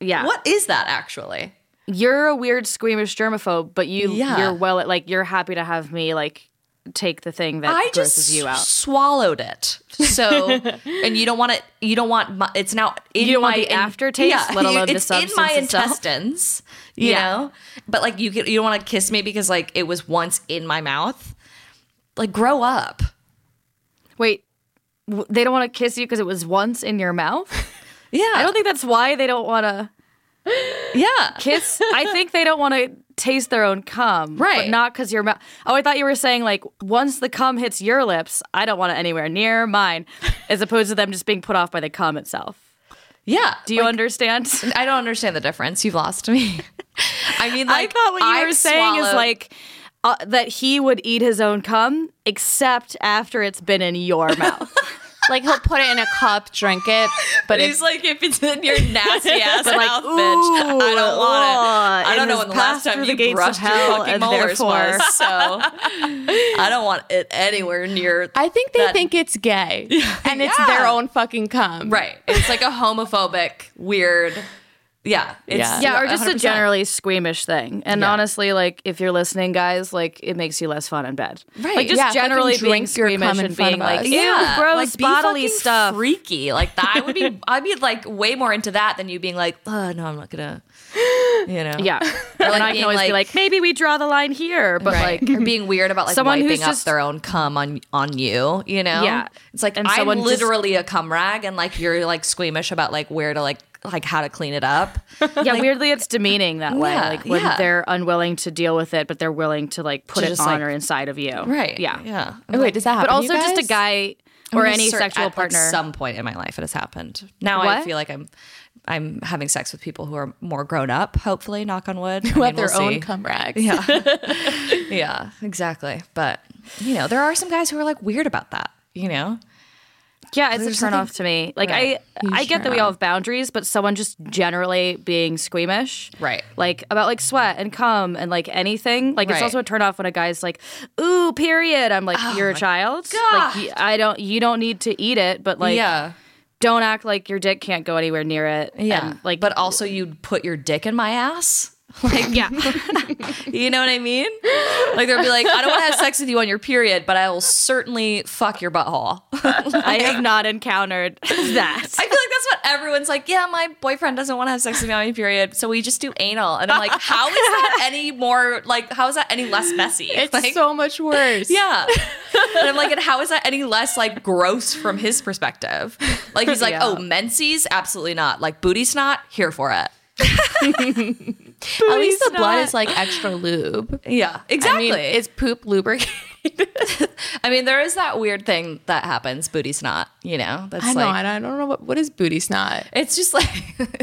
Speaker 3: Yeah.
Speaker 2: What is that actually?
Speaker 3: You're a weird squeamish germaphobe, but you
Speaker 2: Yeah.
Speaker 3: you're well at like you're happy to have me like take the thing that
Speaker 2: I
Speaker 3: grosses
Speaker 2: just
Speaker 3: you out.
Speaker 2: swallowed it. So, and you don't want it. You don't want. My, it's now. In
Speaker 3: You don't
Speaker 2: my,
Speaker 3: want the aftertaste, let alone the
Speaker 2: it's in my
Speaker 3: substance itself.
Speaker 2: intestines. You
Speaker 3: Yeah.
Speaker 2: know, but like you, could- you don't want to kiss me because like it was once in my mouth. Like grow up.
Speaker 3: Wait, w- they don't want to kiss you because it was once in your mouth.
Speaker 2: Yeah,
Speaker 3: I don't think that's why they don't want to
Speaker 2: yeah.
Speaker 3: kiss. I think they don't want to taste their own cum, But
Speaker 2: Right.
Speaker 3: not because your mouth. Oh, I thought you were saying like once the cum hits your lips, I don't want it anywhere near mine, as opposed to them just being put off by the cum itself.
Speaker 2: yeah.
Speaker 3: Do you
Speaker 2: Like,
Speaker 3: understand?
Speaker 2: I don't understand the difference. You've lost me. I mean, like
Speaker 3: I thought what you
Speaker 2: I've
Speaker 3: were saying is
Speaker 2: swallowed-
Speaker 3: like uh, that he would eat his own cum, except after it's been in your mouth.
Speaker 4: like he'll put it in a cup, drink it, but it's
Speaker 2: He's like, if it's in your nasty ass
Speaker 3: But like,
Speaker 2: mouth, bitch, I don't want it.
Speaker 3: ooh,
Speaker 2: I
Speaker 3: it
Speaker 2: don't know
Speaker 3: has
Speaker 2: when the last
Speaker 3: passed through
Speaker 2: time
Speaker 3: the
Speaker 2: you
Speaker 3: gates of
Speaker 2: brushed your
Speaker 3: hell,
Speaker 2: fucking
Speaker 3: and
Speaker 2: molars
Speaker 3: therefore-
Speaker 2: was. So I don't want it anywhere near.
Speaker 4: I think they
Speaker 2: that-
Speaker 4: think it's gay, and it's their
Speaker 2: Yeah.
Speaker 4: own fucking cum.
Speaker 2: right. It's like a homophobic, weird. Yeah. It's,
Speaker 3: yeah, or just a
Speaker 2: 100%.
Speaker 3: generally squeamish thing. And
Speaker 2: Yeah.
Speaker 3: honestly, like if you're listening, guys, like it makes you less fun in bed.
Speaker 2: Right,
Speaker 3: Like just
Speaker 4: yeah, fucking
Speaker 3: generally being
Speaker 4: drink your cum
Speaker 3: squeamish
Speaker 4: in
Speaker 3: and
Speaker 4: front
Speaker 3: being
Speaker 4: of
Speaker 3: like,
Speaker 4: us.
Speaker 3: ew,
Speaker 2: Yeah,
Speaker 3: gross
Speaker 2: like, be
Speaker 3: bodily
Speaker 2: fucking
Speaker 3: stuff.
Speaker 2: freaky. Like that, I would be, I'd be like way more into that than you being like, oh no, I'm not gonna, you know,
Speaker 3: yeah. and I can
Speaker 2: being
Speaker 3: always be
Speaker 2: like-
Speaker 3: like, maybe we draw the line here, but
Speaker 2: right.
Speaker 3: like
Speaker 2: or being weird about like
Speaker 3: Someone who's
Speaker 2: wiping up
Speaker 3: just-
Speaker 2: their own cum on on you, you know?
Speaker 3: Yeah.
Speaker 2: It's like
Speaker 3: And
Speaker 2: I'm
Speaker 3: someone just-
Speaker 2: literally a cum rag and like you're like squeamish about like where to like like how to clean it up.
Speaker 3: Yeah, weirdly, it's demeaning that way.
Speaker 2: Yeah,
Speaker 3: Like when
Speaker 2: yeah.
Speaker 3: they're unwilling to deal with it, but they're willing to like put
Speaker 2: To
Speaker 3: it
Speaker 2: just,
Speaker 3: on
Speaker 2: like-
Speaker 3: or inside of you.
Speaker 2: Right.
Speaker 3: Yeah.
Speaker 2: Yeah.
Speaker 4: Oh, wait, does that happen?
Speaker 3: But
Speaker 4: to
Speaker 3: also,
Speaker 4: you
Speaker 3: just a
Speaker 4: guys?
Speaker 3: guy or
Speaker 2: I'm
Speaker 3: any
Speaker 2: certain-
Speaker 3: sexual
Speaker 2: at, like,
Speaker 3: partner.
Speaker 2: some point in my life it has happened. Now I
Speaker 3: What?
Speaker 2: feel like I'm I'm having sex with people who are more grown up, hopefully, knock on wood.
Speaker 4: who
Speaker 2: I
Speaker 4: have
Speaker 2: mean,
Speaker 4: their
Speaker 2: we'll
Speaker 4: own
Speaker 2: see.
Speaker 4: cum rags.
Speaker 2: Yeah, exactly. But you know, there are some guys who are like weird about that, you know?
Speaker 3: yeah, it's a
Speaker 2: There's
Speaker 3: turn off
Speaker 2: nothing-
Speaker 3: to me. Like
Speaker 2: Right.
Speaker 3: I, I get that we all
Speaker 2: turn-on.
Speaker 3: have boundaries, but someone just generally being squeamish,
Speaker 2: Right.
Speaker 3: Like about like sweat and cum and like anything. Like it's
Speaker 2: Right. Oh
Speaker 3: also a turn off when a guy's like, "Ooh, period." I'm like, "You're a child. Like y- I don't. You don't need to eat it, but like,
Speaker 2: yeah.
Speaker 3: don't act like your dick can't go anywhere near it.
Speaker 2: Yeah.
Speaker 3: And, like,
Speaker 2: but also you'd put your dick in my ass. Like,
Speaker 3: yeah.
Speaker 2: you know what I mean? Like, they'll be like, I don't want to have sex with you on your period, but I will certainly fuck your butthole.
Speaker 3: I have not encountered that.
Speaker 2: I feel like that's what everyone's like, yeah, my boyfriend doesn't want to have sex with me on my period, so we just do anal. And I'm like, how is that any more, like, how is that any less messy?
Speaker 4: It's
Speaker 2: like,
Speaker 4: so much worse.
Speaker 2: yeah. And I'm like, and how is that any less like gross from his perspective? Like he's like,
Speaker 3: Yeah.
Speaker 2: oh, menses, absolutely not. Like booty snot, here for it.
Speaker 4: At least the
Speaker 2: Booty's
Speaker 4: blood
Speaker 2: not-
Speaker 4: is like extra lube.
Speaker 2: Yeah, exactly.
Speaker 4: I mean, is poop lubricated?
Speaker 2: I mean, there is that weird thing that happens, booty snot. You know, that's
Speaker 4: I know.
Speaker 2: like
Speaker 4: and I don't know what what is booty snot.
Speaker 2: it's just like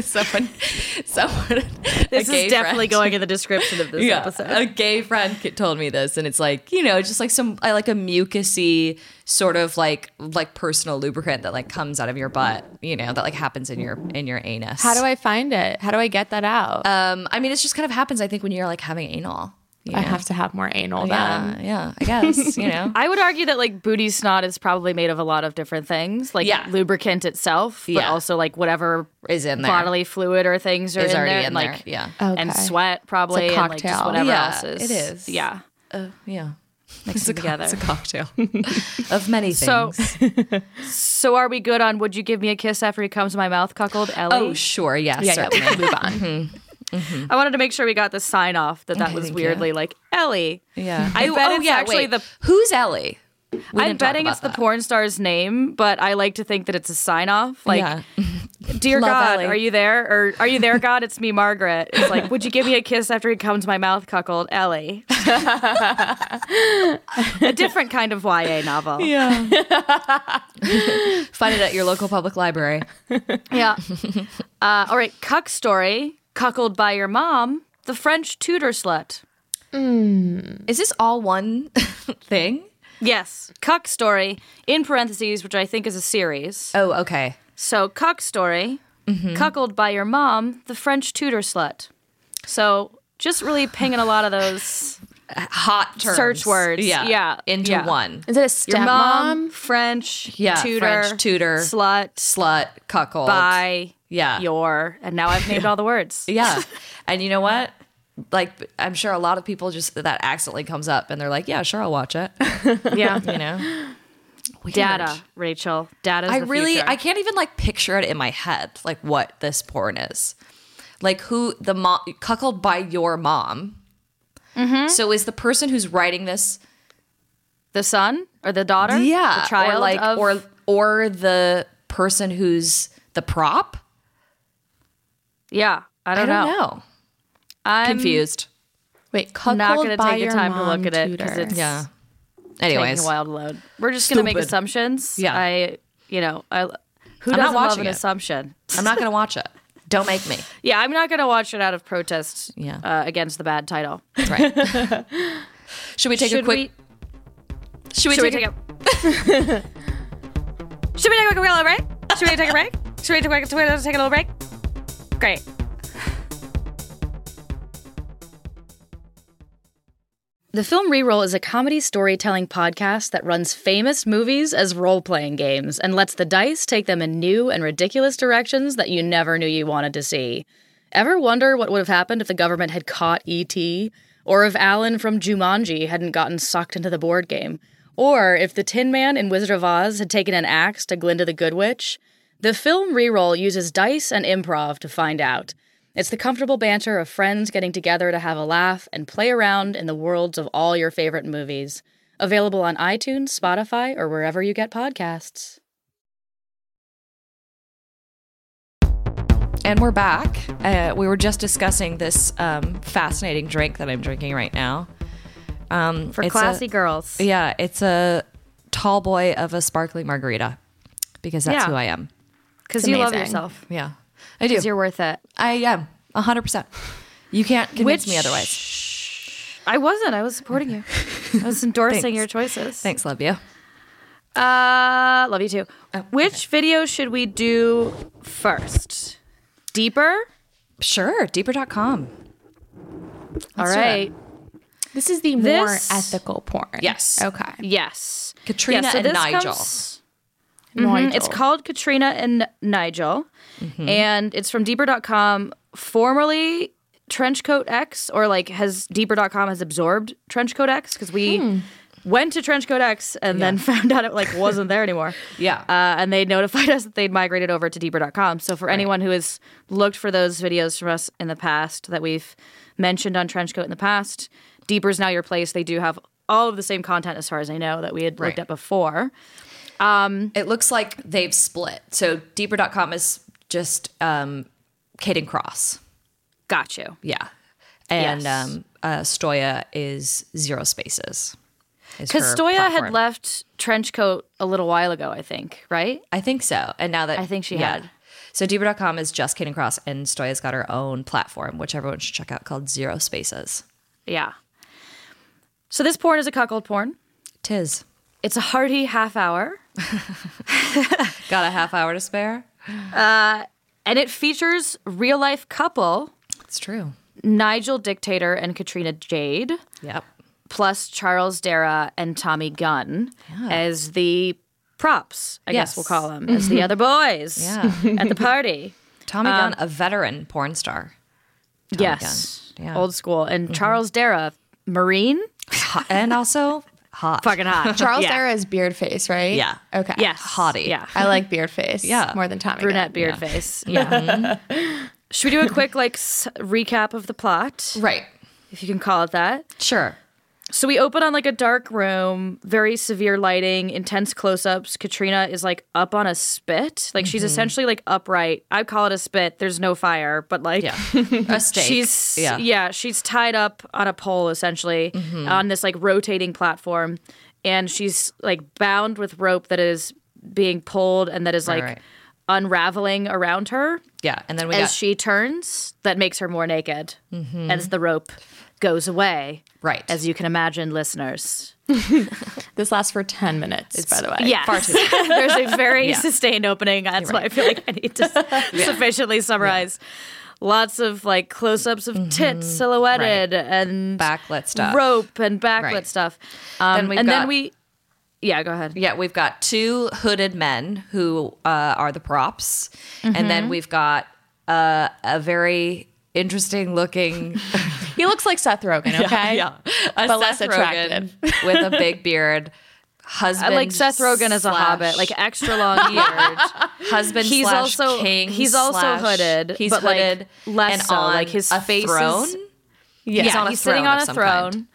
Speaker 2: someone, someone.
Speaker 3: This is definitely going in the description of this
Speaker 2: Yeah,
Speaker 3: episode.
Speaker 2: a gay friend ki- told me this, and it's like you know, just like some I like a mucusy sort of like like personal lubricant that like comes out of your butt. You know, that like happens in your in your anus.
Speaker 4: How do I find it? How do I get that out?
Speaker 2: Um, I mean, it just kind of happens. I think when you're like having anal. You
Speaker 4: I
Speaker 2: know?
Speaker 4: have to have more anal then.
Speaker 2: Yeah, yeah. I guess you know.
Speaker 3: I would argue that like booty snot is probably made of a lot of different things, like
Speaker 2: Yeah.
Speaker 3: lubricant itself, but
Speaker 2: Yeah.
Speaker 3: also like whatever
Speaker 2: Is in there.
Speaker 3: bodily fluid or things are
Speaker 2: Is
Speaker 3: in
Speaker 2: already
Speaker 3: there,
Speaker 2: in
Speaker 3: and,
Speaker 2: there,
Speaker 3: like
Speaker 2: yeah.
Speaker 3: and
Speaker 4: Okay.
Speaker 3: sweat probably, and like just
Speaker 4: cocktail.
Speaker 3: whatever
Speaker 2: Yeah,
Speaker 3: else is.
Speaker 2: it is.
Speaker 3: yeah.
Speaker 2: Uh, yeah.
Speaker 3: Mixed together.
Speaker 2: It's a cocktail of many things.
Speaker 3: So, so are we good on? Would you give me a kiss after he comes to my mouth, cuckold Ellie?
Speaker 2: oh, sure. Yeah,
Speaker 4: Yeah, yeah,
Speaker 2: certainly.
Speaker 4: we
Speaker 2: Mm-hmm.
Speaker 4: can move on.
Speaker 3: I wanted to make sure we got the sign off that that was
Speaker 2: thank you.
Speaker 3: weirdly like Ellie.
Speaker 2: Yeah.
Speaker 3: I bet it's actually
Speaker 2: wait.
Speaker 3: the-
Speaker 2: Who's Ellie? We
Speaker 3: I'm
Speaker 2: didn't talk
Speaker 3: betting
Speaker 2: about
Speaker 3: it's the
Speaker 2: that.
Speaker 3: porn star's name, but I like to think that it's a sign off. Like,
Speaker 2: Yeah.
Speaker 3: dear
Speaker 2: Love
Speaker 3: God,
Speaker 2: Ellie.
Speaker 3: are you there? Or are you there, God? It's me, Margaret. It's like, would you give me a kiss after he comes my mouth cuckold, Ellie? a different kind of YA novel. Yeah.
Speaker 2: Find it at your local public library.
Speaker 3: Uh, all right, cuck story, cuckold by your mom, the French Tudor slut.
Speaker 2: Is this all one thing?
Speaker 3: Yes, cuck story in parentheses, which I think is a series.
Speaker 2: Oh, okay.
Speaker 3: So, cock story, cuckolded by your mom, the French Tudor slut. So, just really pinging a lot of those
Speaker 2: hot terms.
Speaker 3: Search words.
Speaker 2: Yeah.
Speaker 3: Yeah.
Speaker 2: Into
Speaker 3: Yeah.
Speaker 2: one.
Speaker 4: Is it a
Speaker 3: Your
Speaker 4: stepmom?
Speaker 3: mom, French,
Speaker 2: Yeah,
Speaker 3: tutor,
Speaker 2: French, tutor.
Speaker 3: slut,
Speaker 2: Slut, cuckold.
Speaker 3: by,
Speaker 2: Yeah.
Speaker 3: your, and now I've named all the words.
Speaker 2: Yeah. and you know what? Like, I'm sure a lot of people just that accidentally comes up and they're like, yeah, sure, I'll watch it.
Speaker 3: Yeah,
Speaker 2: You know? Weird.
Speaker 3: data, Rachel, data.
Speaker 2: I really, I can't even like picture it in my head, like what this porn is. Like who the mom, cuckold by your mom.
Speaker 3: Mm-hmm.
Speaker 2: So is the person who's writing this
Speaker 3: the son or the daughter,
Speaker 2: yeah
Speaker 3: the child
Speaker 2: or like
Speaker 3: of,
Speaker 2: or or the person who's the prop
Speaker 3: yeah, I
Speaker 2: i
Speaker 3: don't,
Speaker 2: don't
Speaker 3: know.
Speaker 2: know
Speaker 3: I'm
Speaker 2: confused
Speaker 4: Wait,
Speaker 3: I'm
Speaker 4: cuckold
Speaker 3: not going to
Speaker 4: by
Speaker 3: take the
Speaker 4: your
Speaker 3: time to look
Speaker 4: mom
Speaker 3: at it because
Speaker 4: tutor.
Speaker 3: it's
Speaker 2: yeah
Speaker 3: taking
Speaker 2: anyways
Speaker 3: a while to load. We're just going to make
Speaker 2: Stupid.
Speaker 3: assumptions.
Speaker 2: Yeah.
Speaker 3: I, you know, I. Who
Speaker 2: I'm not
Speaker 3: doesn't love
Speaker 2: watching
Speaker 3: an
Speaker 2: it.
Speaker 3: assumption?
Speaker 2: i'm not gonna watch it don't make me
Speaker 3: Yeah, I'm not going to watch it out of protest
Speaker 2: Yeah.
Speaker 3: uh, against the bad title.
Speaker 2: right should we take
Speaker 3: should
Speaker 2: a quick should
Speaker 3: we,
Speaker 2: we
Speaker 3: should we
Speaker 2: take,
Speaker 3: take
Speaker 2: a,
Speaker 3: a Should we take a quick little break? Should we take a break? Should we take a, take a little break? Great. The Film Reroll is a comedy storytelling podcast that runs famous movies as role playing games and lets the dice take them in new and ridiculous directions that you never knew you wanted to see. Ever wonder what would have happened if the government had caught E.T.? Or if Alan from Jumanji hadn't gotten sucked into the board game? Or if the Tin Man in Wizard of Oz had taken an axe to Glinda the Good Witch? The film Reroll uses dice and improv to find out. It's the comfortable banter of friends getting together to have a laugh and play around in the worlds of all your favorite movies. Available on iTunes, Spotify, or wherever you get podcasts.
Speaker 2: and we're back uh, we were just discussing this um, fascinating drink that i'm drinking right now um,
Speaker 3: For
Speaker 2: it's a-
Speaker 3: classy girls.
Speaker 2: yeah it's a tall boy of a sparkling margarita because that's
Speaker 3: Yeah.
Speaker 2: who i am
Speaker 3: Because you love
Speaker 4: amazing.
Speaker 3: yourself.
Speaker 2: yeah i do
Speaker 3: Because you're worth it.
Speaker 2: I am hundred percent. You can't convince me otherwise.
Speaker 3: I wasn't. I was supporting you. I was endorsing
Speaker 2: Thanks.
Speaker 3: your choices.
Speaker 2: Thanks, love you.
Speaker 3: Uh, love you too. Which video should we do first? Deeper?
Speaker 2: Sure, deeper.com.
Speaker 3: All
Speaker 2: do it.
Speaker 3: right.
Speaker 4: This is the more
Speaker 3: This-
Speaker 4: ethical porn.
Speaker 2: Yes.
Speaker 4: Okay.
Speaker 3: Yes.
Speaker 2: Katrina
Speaker 3: Yeah, so
Speaker 2: and
Speaker 3: this
Speaker 2: Nigel.
Speaker 3: comes-
Speaker 4: Nigel.
Speaker 3: It's called Katrina and Nigel,
Speaker 2: Mm-hmm.
Speaker 3: and it's from deeper.com, formerly Trenchcoat X, or like has deeper.com has absorbed Trenchcoat X because we
Speaker 2: Hmm.
Speaker 3: went to Trenchcoat X and then found out it like wasn't there anymore.
Speaker 2: Yeah.
Speaker 3: Uh, and they notified us that they'd migrated over to deeper.com. So for anyone who has looked for those videos from us in the past that we've mentioned on Trenchcoat in the past, Deeper's now your place. They do have all of the same content as far as I know that we had
Speaker 2: Right.
Speaker 3: looked at before.
Speaker 2: It looks like they've split. So deeper.com is just um Caden Cross.
Speaker 3: Got you.
Speaker 2: Yeah. And
Speaker 3: Yes.
Speaker 2: um uh, Stoya is zero spaces.
Speaker 3: Because Stoya had left Trenchcoat a little while ago, I think, right?
Speaker 2: I think so. And now that
Speaker 3: I think she had.
Speaker 2: So deeper.com is just Caden Cross and Stoya's got her own platform, which everyone should check out called Zero Spaces.
Speaker 3: Yeah. So this porn is a cuckold porn.
Speaker 2: Tis.
Speaker 3: It's a hearty half hour,
Speaker 2: Got a half hour to spare?
Speaker 3: and it features real life couple
Speaker 2: It's true.
Speaker 3: Nigel Dictator and Katrina Jade,
Speaker 2: Yep.
Speaker 3: plus Charles Dara and Tommy Gunn as the props, I guess
Speaker 2: Yes.
Speaker 3: we'll call them, as the other boys
Speaker 2: Yeah.
Speaker 3: at the party.
Speaker 2: Tommy
Speaker 3: Um,
Speaker 2: Gunn, a veteran porn star.
Speaker 3: yes.
Speaker 2: Gunn. Yeah. Mm-hmm.
Speaker 3: Old school. And Charles Dara, Marine,
Speaker 2: Hot- and also hot.
Speaker 3: fucking hot.
Speaker 4: Charles
Speaker 3: Yeah.
Speaker 4: Dara is beard face, right?
Speaker 2: Yeah.
Speaker 4: Okay.
Speaker 3: Yes.
Speaker 2: Hottie.
Speaker 3: Yeah.
Speaker 4: I like beard face.
Speaker 2: Yeah.
Speaker 4: More than Tommy.
Speaker 3: brunette beard face. Yeah. Should we do a quick like s- recap of the plot,
Speaker 4: Gunn. Right.
Speaker 3: if you can call it that?
Speaker 2: Sure.
Speaker 3: So we open on like a dark room, very severe lighting, intense close-ups. Katrina is like up on a spit, like
Speaker 2: Mm-hmm.
Speaker 3: she's essentially like upright. I call it a spit. There's no fire, but like
Speaker 2: Yeah. A steak.
Speaker 3: she's yeah.
Speaker 2: yeah. Mm-hmm.
Speaker 3: she's tied up on a pole essentially on this like rotating platform and she's like bound with rope that is being pulled and that is like
Speaker 2: right.
Speaker 3: unraveling around her
Speaker 2: Yeah. And then we
Speaker 3: as
Speaker 2: got
Speaker 3: she turns that makes her more naked as the rope goes away
Speaker 2: right.
Speaker 3: as you can imagine listeners
Speaker 4: This lasts for 10 minutes, by the way.
Speaker 3: yeah
Speaker 2: far too long.
Speaker 3: there's a very sustained opening that's why i feel like i need to sufficiently summarize lots of like close-ups of tits silhouetted and
Speaker 2: Backlit stuff.
Speaker 3: rope and backlit
Speaker 2: Right.
Speaker 3: stuff. Um,
Speaker 2: Then we've
Speaker 3: and
Speaker 2: got-
Speaker 3: then we, yeah, go ahead.
Speaker 2: Yeah, we've got two hooded men who uh, are the props, and
Speaker 3: Mm-hmm.
Speaker 2: then we've got uh, a very interesting looking,
Speaker 4: He looks like Seth Rogen, okay?
Speaker 2: yeah, a
Speaker 4: But less
Speaker 2: Seth Rogen with a big beard. Husband
Speaker 3: I like Seth Rogen as a
Speaker 2: slash-
Speaker 3: hobbit, like extra long beard.
Speaker 2: husband.
Speaker 3: He's
Speaker 2: slash
Speaker 3: also
Speaker 2: king.
Speaker 3: he's also
Speaker 2: slash-
Speaker 3: hooded.
Speaker 2: He's
Speaker 3: but
Speaker 2: hooded
Speaker 3: like, less
Speaker 2: and
Speaker 3: so.
Speaker 2: on
Speaker 3: like his
Speaker 2: a
Speaker 3: face
Speaker 2: throne.
Speaker 3: Is,
Speaker 2: yeah,
Speaker 3: yeah, he's sitting on a throne.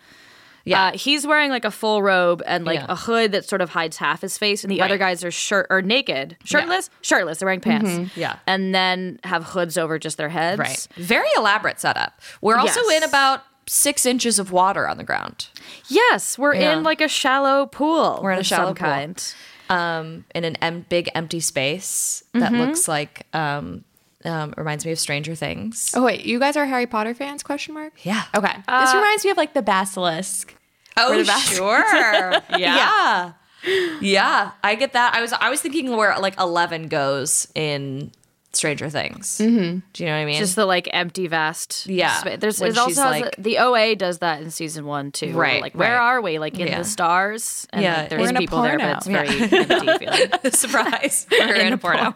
Speaker 2: Yeah.
Speaker 3: Uh, he's wearing like a full robe and like
Speaker 2: Yeah.
Speaker 3: a hood that sort of hides half his face, and the other
Speaker 2: Right.
Speaker 3: guys are shirt or naked, shirtless, shirtless. They're wearing pants,
Speaker 2: Mm-hmm. Yeah.
Speaker 3: and then have hoods over just their heads.
Speaker 2: Right. Very elaborate setup. We're also
Speaker 3: Yes.
Speaker 2: in about six inches of water on the ground.
Speaker 3: Yes, we're
Speaker 2: Yeah.
Speaker 3: in like a shallow pool.
Speaker 2: We're in a
Speaker 3: of
Speaker 2: shallow
Speaker 3: some
Speaker 2: pool.
Speaker 3: kind.
Speaker 2: um, in an em- big empty space that looks like um, um, reminds me of Stranger Things.
Speaker 4: Oh wait, you guys are Harry Potter fans? Question mark.
Speaker 2: Yeah.
Speaker 4: Okay.
Speaker 3: Uh,
Speaker 4: this reminds me of like the basilisk.
Speaker 2: Oh, sure. yeah. yeah. Yeah, I get that. I was I was thinking where like eleven goes in Stranger Things. Mm-hmm. Do you know what I mean?
Speaker 3: Just the like empty vast.
Speaker 2: Yeah,
Speaker 3: spa- There's
Speaker 2: when
Speaker 3: it also
Speaker 2: she's,
Speaker 3: has
Speaker 2: like-
Speaker 3: a- the OA does that in season one too. where,
Speaker 2: Right,
Speaker 3: Like where
Speaker 2: right.
Speaker 3: are we? Like in
Speaker 2: Yeah.
Speaker 3: the stars. And
Speaker 2: Yeah,
Speaker 3: like,
Speaker 2: we're
Speaker 3: there's
Speaker 4: in a
Speaker 3: people there, but it's
Speaker 4: porno.
Speaker 3: very empty feeling.
Speaker 2: surprise. We're in, a porno.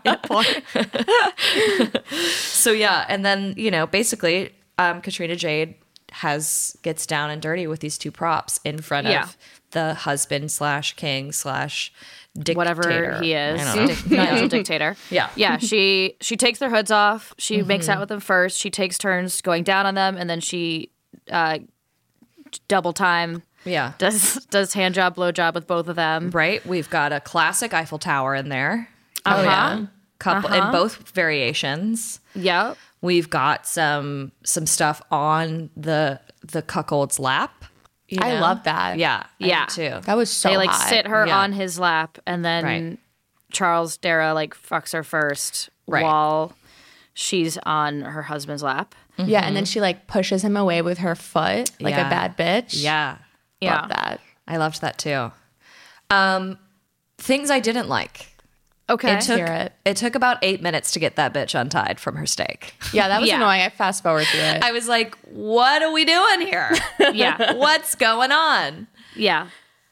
Speaker 2: so yeah, and then you know basically, um, Katrina Jade has gets down and dirty with these two props in front
Speaker 3: Yeah.
Speaker 2: of the husband slash king slash dictator.
Speaker 3: whatever he
Speaker 2: I
Speaker 3: is.
Speaker 2: don't know.
Speaker 3: Dic- not as a dictator.
Speaker 2: Yeah. Mm-hmm.
Speaker 3: Yeah. She she takes their hoods off. She makes out with them first. She takes turns going down on them and then she uh double time
Speaker 2: yeah.
Speaker 3: does does hand job, blow job with both of them.
Speaker 2: Right. We've got a classic Eiffel Tower in there. Oh,
Speaker 3: Uh-huh. yeah.
Speaker 2: Couple in both variations.
Speaker 3: Yep.
Speaker 2: We've got some some stuff on the the cuckold's lap. you
Speaker 4: I
Speaker 2: know?
Speaker 4: love that.
Speaker 2: Yeah. I do
Speaker 3: Yeah.
Speaker 2: Too.
Speaker 4: That was so
Speaker 3: they like
Speaker 4: hot.
Speaker 3: sit her
Speaker 2: Yeah.
Speaker 3: on his lap and then
Speaker 2: Right.
Speaker 3: Charles Dara like fucks her first
Speaker 2: Right.
Speaker 3: while she's on her husband's lap.
Speaker 4: Yeah,
Speaker 3: Mm-hmm.
Speaker 4: and then she like pushes him away with her foot like
Speaker 2: Yeah.
Speaker 4: a bad bitch.
Speaker 2: Yeah.
Speaker 3: Yeah.
Speaker 4: Love that.
Speaker 2: I loved that too. Um, things I didn't like.
Speaker 3: Okay.
Speaker 2: It took
Speaker 4: hear
Speaker 2: it.
Speaker 4: it.
Speaker 2: took about eight minutes to get that bitch untied from her stake.
Speaker 4: Yeah, that was
Speaker 3: Yeah.
Speaker 4: annoying. I fast forward through it.
Speaker 2: I was like, "What are we doing here?
Speaker 3: yeah.
Speaker 2: What's going on?"
Speaker 3: Yeah.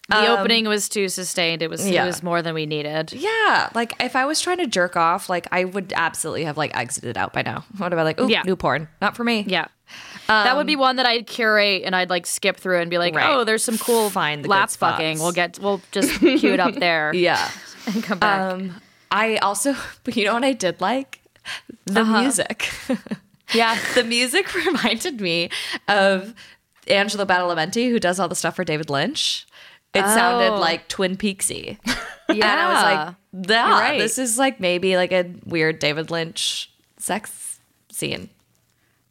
Speaker 3: The opening was too sustained. It was
Speaker 2: Um, yeah.
Speaker 3: it was more than we needed.
Speaker 2: Yeah, like if I was trying to jerk off, like I would absolutely have like exited out by now. What about like, ooh,
Speaker 3: Yeah.
Speaker 2: new porn? Not for me.
Speaker 3: Yeah. that would be one that I'd curate and I'd like skip through and be like,
Speaker 2: Um, Right.
Speaker 3: "Oh, there's some cool
Speaker 2: Find the good
Speaker 3: lap
Speaker 2: spots.
Speaker 3: fucking. We'll get we'll just cue it up there
Speaker 2: yeah.
Speaker 3: and come back."
Speaker 2: Um, I also, but you know what I did like? The
Speaker 3: Uh-huh.
Speaker 2: music.
Speaker 4: yeah.
Speaker 2: the music reminded me of Angelo Badalamenti, who does all the stuff for David Lynch. It sounded
Speaker 3: Oh.
Speaker 2: like Twin Peaksy.
Speaker 3: yeah,
Speaker 2: And I was like, yeah,
Speaker 3: right.
Speaker 2: this is like maybe like a weird David Lynch sex scene.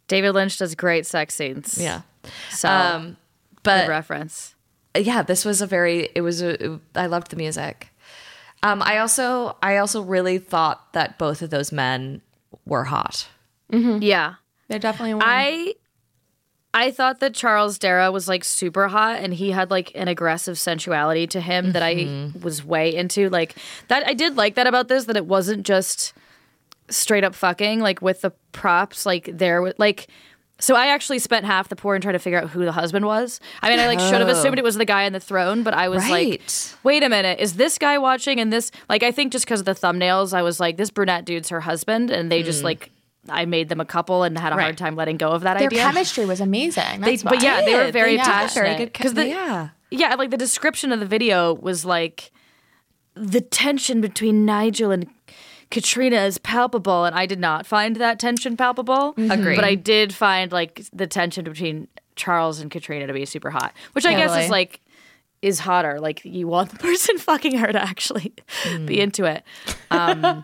Speaker 3: David Lynch does great sex scenes.
Speaker 2: Yeah.
Speaker 3: So,
Speaker 2: Um,
Speaker 3: Oh. good
Speaker 2: but
Speaker 3: reference.
Speaker 2: yeah, this was a very it was a, it- I loved the music. Um, I also I also really thought that both of those men were hot.
Speaker 3: Yeah.
Speaker 4: They're definitely one.
Speaker 3: I I thought that Charles Dara was like super hot and he had like an aggressive sensuality to him that I was way into. Like that I did like that about this that it wasn't just straight up fucking like with the props like there was like so I actually spent half the porn trying to figure out who the husband was. I mean, I like should have assumed it was the guy on the throne, but I was
Speaker 2: Right.
Speaker 3: like, "Wait a minute, is this guy watching?" And this, like, I think just because of the thumbnails, I was like, "This brunette dude's her husband," and they just like, I made them a couple and had a
Speaker 2: Hmm. Right.
Speaker 3: hard time letting go of that
Speaker 4: Their
Speaker 3: idea.
Speaker 4: chemistry was amazing. That's
Speaker 3: but
Speaker 4: why.
Speaker 3: yeah, they were
Speaker 2: did.
Speaker 3: very
Speaker 2: They had very
Speaker 3: passionate.
Speaker 2: good chem-
Speaker 3: 'Cause the-
Speaker 2: yeah.
Speaker 3: yeah, like the description of the video was like the tension between Nigel and Katrina is palpable, and I did not find that tension palpable.
Speaker 2: Mm-hmm. Agreed.
Speaker 3: But I did find like the tension between Charles and Katrina to be super hot, which I guess
Speaker 4: Totally.
Speaker 3: is like is hotter. Like you want the person fucking her to actually
Speaker 2: Hmm.
Speaker 3: be into it.
Speaker 2: Yeah,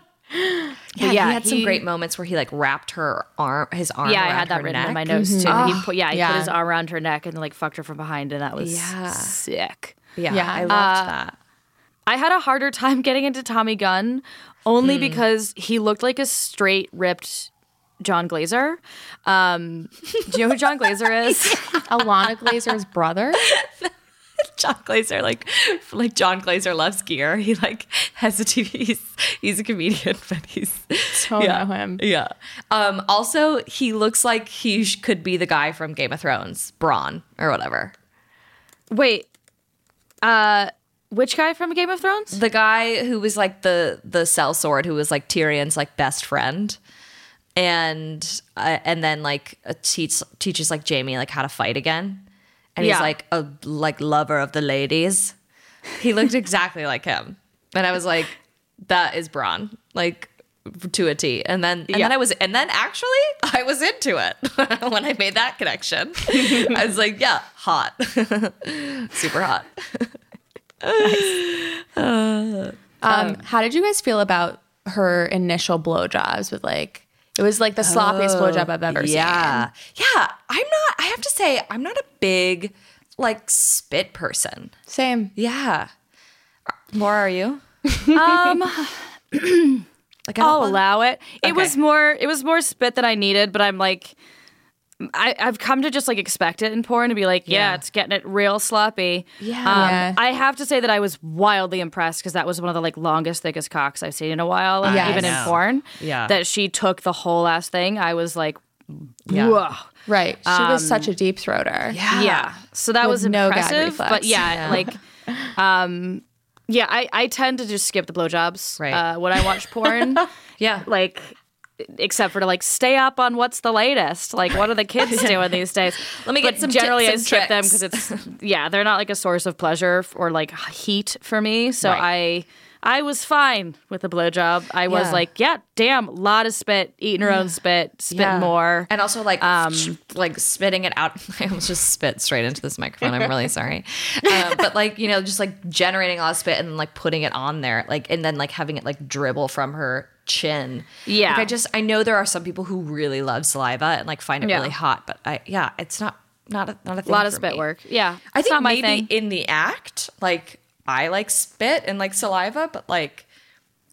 Speaker 3: yeah,
Speaker 2: he had some
Speaker 3: he-
Speaker 2: great moments where he like wrapped her arm, his arm.
Speaker 3: yeah, I
Speaker 2: around
Speaker 3: had that
Speaker 2: her
Speaker 3: written in
Speaker 2: neck. Mm-hmm.
Speaker 3: my notes too. that he put, yeah, he
Speaker 4: Yeah.
Speaker 3: put his arm around her neck and like fucked her from behind, and that was
Speaker 2: Yeah.
Speaker 3: sick.
Speaker 2: Yeah, Uh,
Speaker 4: Yeah.
Speaker 2: I loved that.
Speaker 3: I had a harder time getting into Tommy Gunn
Speaker 2: Hmm.
Speaker 3: only because he looked like a straight ripped John Glazer. Um, do you know who John Glazer is?
Speaker 4: Alana Glazer's brother.
Speaker 2: John Glazer, like like John Glazer loves gear. He like has a TV. He's, he's a comedian, but he's
Speaker 4: Don't
Speaker 2: yeah,
Speaker 4: know him.
Speaker 2: Yeah. Um, also, he looks like he sh- could be the guy from Game of Thrones, Braun or whatever.
Speaker 3: Wait, uh, which guy from Game of Thrones?
Speaker 2: The guy who was like the the cell sword, who was like Tyrion's like best friend, and uh, and then like uh, teach, teaches like Jamie like how to fight again, and he's
Speaker 3: Yeah.
Speaker 2: like a like lover of the ladies. He looked exactly like him, and I was like, that is Braun, like to a T. And then and
Speaker 3: Yeah.
Speaker 2: then I was and then actually I was into it when I made that connection. I was like, yeah, hot, super hot.
Speaker 4: Um, how did you guys feel about her initial blowjobs with like it was like the sloppiest blowjob I've ever
Speaker 2: yeah. Yeah. I'm not, I have to say, I'm not a big like spit person.
Speaker 4: seen. Same.
Speaker 2: Yeah. Laura, are you?
Speaker 3: Um,
Speaker 2: Oh, Like, I don't
Speaker 3: I'll
Speaker 2: want-
Speaker 3: allow it. It
Speaker 2: Okay.
Speaker 3: was more. It was more spit than I needed, but I'm like, I, I've come to just like expect it in porn to be like, yeah,
Speaker 2: Yeah.
Speaker 3: it's getting it real sloppy.
Speaker 2: Yeah.
Speaker 3: Um,
Speaker 4: Yeah.
Speaker 3: I have to say that I was wildly impressed because that was one of the like longest, thickest cocks I've seen in a while, and
Speaker 4: Yes.
Speaker 3: even in
Speaker 2: know.
Speaker 3: porn.
Speaker 2: Yeah.
Speaker 3: that she took the whole ass thing. I was like,
Speaker 2: Yeah.
Speaker 3: whoa.
Speaker 4: Right. She was such a deep throater.
Speaker 2: Yeah.
Speaker 3: Yeah. So that
Speaker 4: With
Speaker 3: was
Speaker 4: no gag
Speaker 3: impressive. but
Speaker 4: reflex.
Speaker 3: yeah, like um yeah, I, I tend to just skip the blowjobs
Speaker 2: Right.
Speaker 3: uh, when I watch porn.
Speaker 2: Yeah.
Speaker 3: like except for to like stay up on what's the latest. Like what are the kids doing these days?
Speaker 2: Let me
Speaker 3: But
Speaker 2: get some
Speaker 3: generally
Speaker 2: tips and
Speaker 3: I skip them
Speaker 2: tricks.
Speaker 3: because it's yeah, they're not like a source of pleasure f- or like heat for me. So
Speaker 2: Right.
Speaker 3: I I was fine with the blowjob. I was
Speaker 2: Yeah.
Speaker 3: like, yeah, damn, lot of spit, eating her own spit, spit
Speaker 2: Yeah.
Speaker 3: more.
Speaker 2: And also like
Speaker 3: Um,
Speaker 2: like spitting it out. I almost just spit straight into this microphone. I'm really sorry. Um, but like, you know, just like generating a lot of spit and like putting it on there, like and then like having it like dribble from her chin.
Speaker 3: Yeah.
Speaker 2: Like I just I know there are some people who really love saliva and like find it
Speaker 3: Yeah.
Speaker 2: really hot, but I yeah, it's not not a not a
Speaker 3: a
Speaker 2: thing
Speaker 3: lot of
Speaker 2: for
Speaker 3: spit
Speaker 2: me.
Speaker 3: work. Yeah.
Speaker 2: I
Speaker 3: it's
Speaker 2: think
Speaker 3: not my
Speaker 2: maybe
Speaker 3: thing.
Speaker 2: in the act, like I like spit and like saliva, but like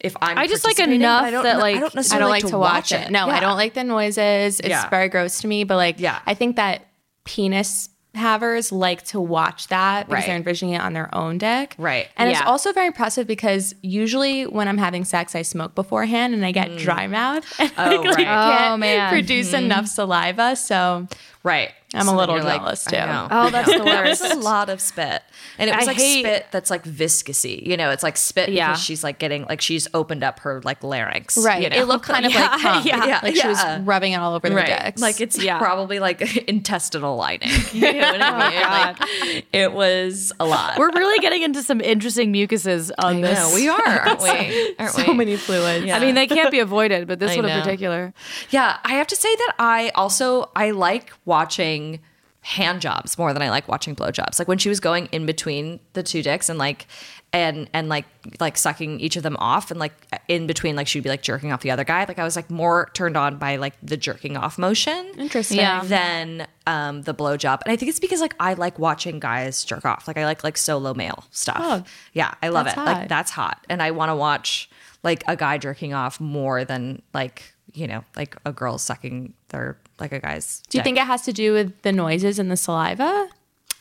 Speaker 2: if I'm
Speaker 3: I just like
Speaker 2: participating, but
Speaker 3: enough
Speaker 2: I don't
Speaker 3: that,
Speaker 2: kn-
Speaker 3: like,
Speaker 2: I don't
Speaker 3: I
Speaker 4: I
Speaker 2: necessarily
Speaker 4: don't like, to watch it. No, I
Speaker 2: Yeah.
Speaker 4: don't like the noises. It's
Speaker 2: Yeah.
Speaker 4: very gross to me. But like,
Speaker 2: Yeah.
Speaker 4: I think that penis havers like to watch that because
Speaker 2: Right.
Speaker 4: they're envisioning it on their own dick.
Speaker 2: Right.
Speaker 4: And it's
Speaker 3: Yeah.
Speaker 4: also very impressive because usually when I'm having sex, I smoke beforehand and I get dry mouth. And I,
Speaker 2: Oh,
Speaker 4: like,
Speaker 2: right.
Speaker 4: can't
Speaker 3: Oh, man.
Speaker 4: produce enough saliva. So
Speaker 2: Right.
Speaker 4: I'm a
Speaker 2: then
Speaker 4: little
Speaker 2: you're
Speaker 4: jealous,
Speaker 2: I
Speaker 4: too.
Speaker 2: know.
Speaker 3: Oh, that's the
Speaker 2: That was
Speaker 3: worst.
Speaker 2: a lot of spit. And it was
Speaker 3: I
Speaker 2: like
Speaker 3: hate-
Speaker 2: spit that's like viscousy. You know, it's like spit
Speaker 3: Yeah.
Speaker 2: because she's like getting like she's opened up her like larynx.
Speaker 4: right,
Speaker 2: You know?
Speaker 4: it looked kind of like hump.
Speaker 3: yeah,
Speaker 2: yeah,
Speaker 4: like she
Speaker 2: yeah.
Speaker 4: was rubbing it all over the dicks.
Speaker 2: Like it's
Speaker 3: Yeah.
Speaker 2: probably like intestinal lining. You know what I mean? Like, it was a lot.
Speaker 3: We're really getting into some interesting mucuses on this.
Speaker 2: no, we are, aren't we? Aren't
Speaker 4: so
Speaker 2: we?
Speaker 4: many fluids.
Speaker 3: I mean, they can't be avoided, but this
Speaker 2: I
Speaker 3: one in
Speaker 2: know.
Speaker 3: particular.
Speaker 2: Yeah, I have to say that I also I like watching hand jobs more than I like watching blowjobs. Like when she was going in between the two dicks and like and and like like sucking each of them off and like in between like she'd be like jerking off the other guy. Like I was like more turned on by like the jerking off motion.
Speaker 4: Interesting.
Speaker 3: Yeah.
Speaker 2: Than um, the blowjob, and I think it's because like I like watching guys jerk off. Like I like like solo male stuff.
Speaker 4: Oh,
Speaker 2: yeah, I love
Speaker 4: that's
Speaker 2: it.
Speaker 4: hot.
Speaker 2: Like that's hot, and I want to watch like a guy jerking off more than like you know like a girl sucking their like a guy's.
Speaker 4: Do you think it has to do with the noises and the saliva?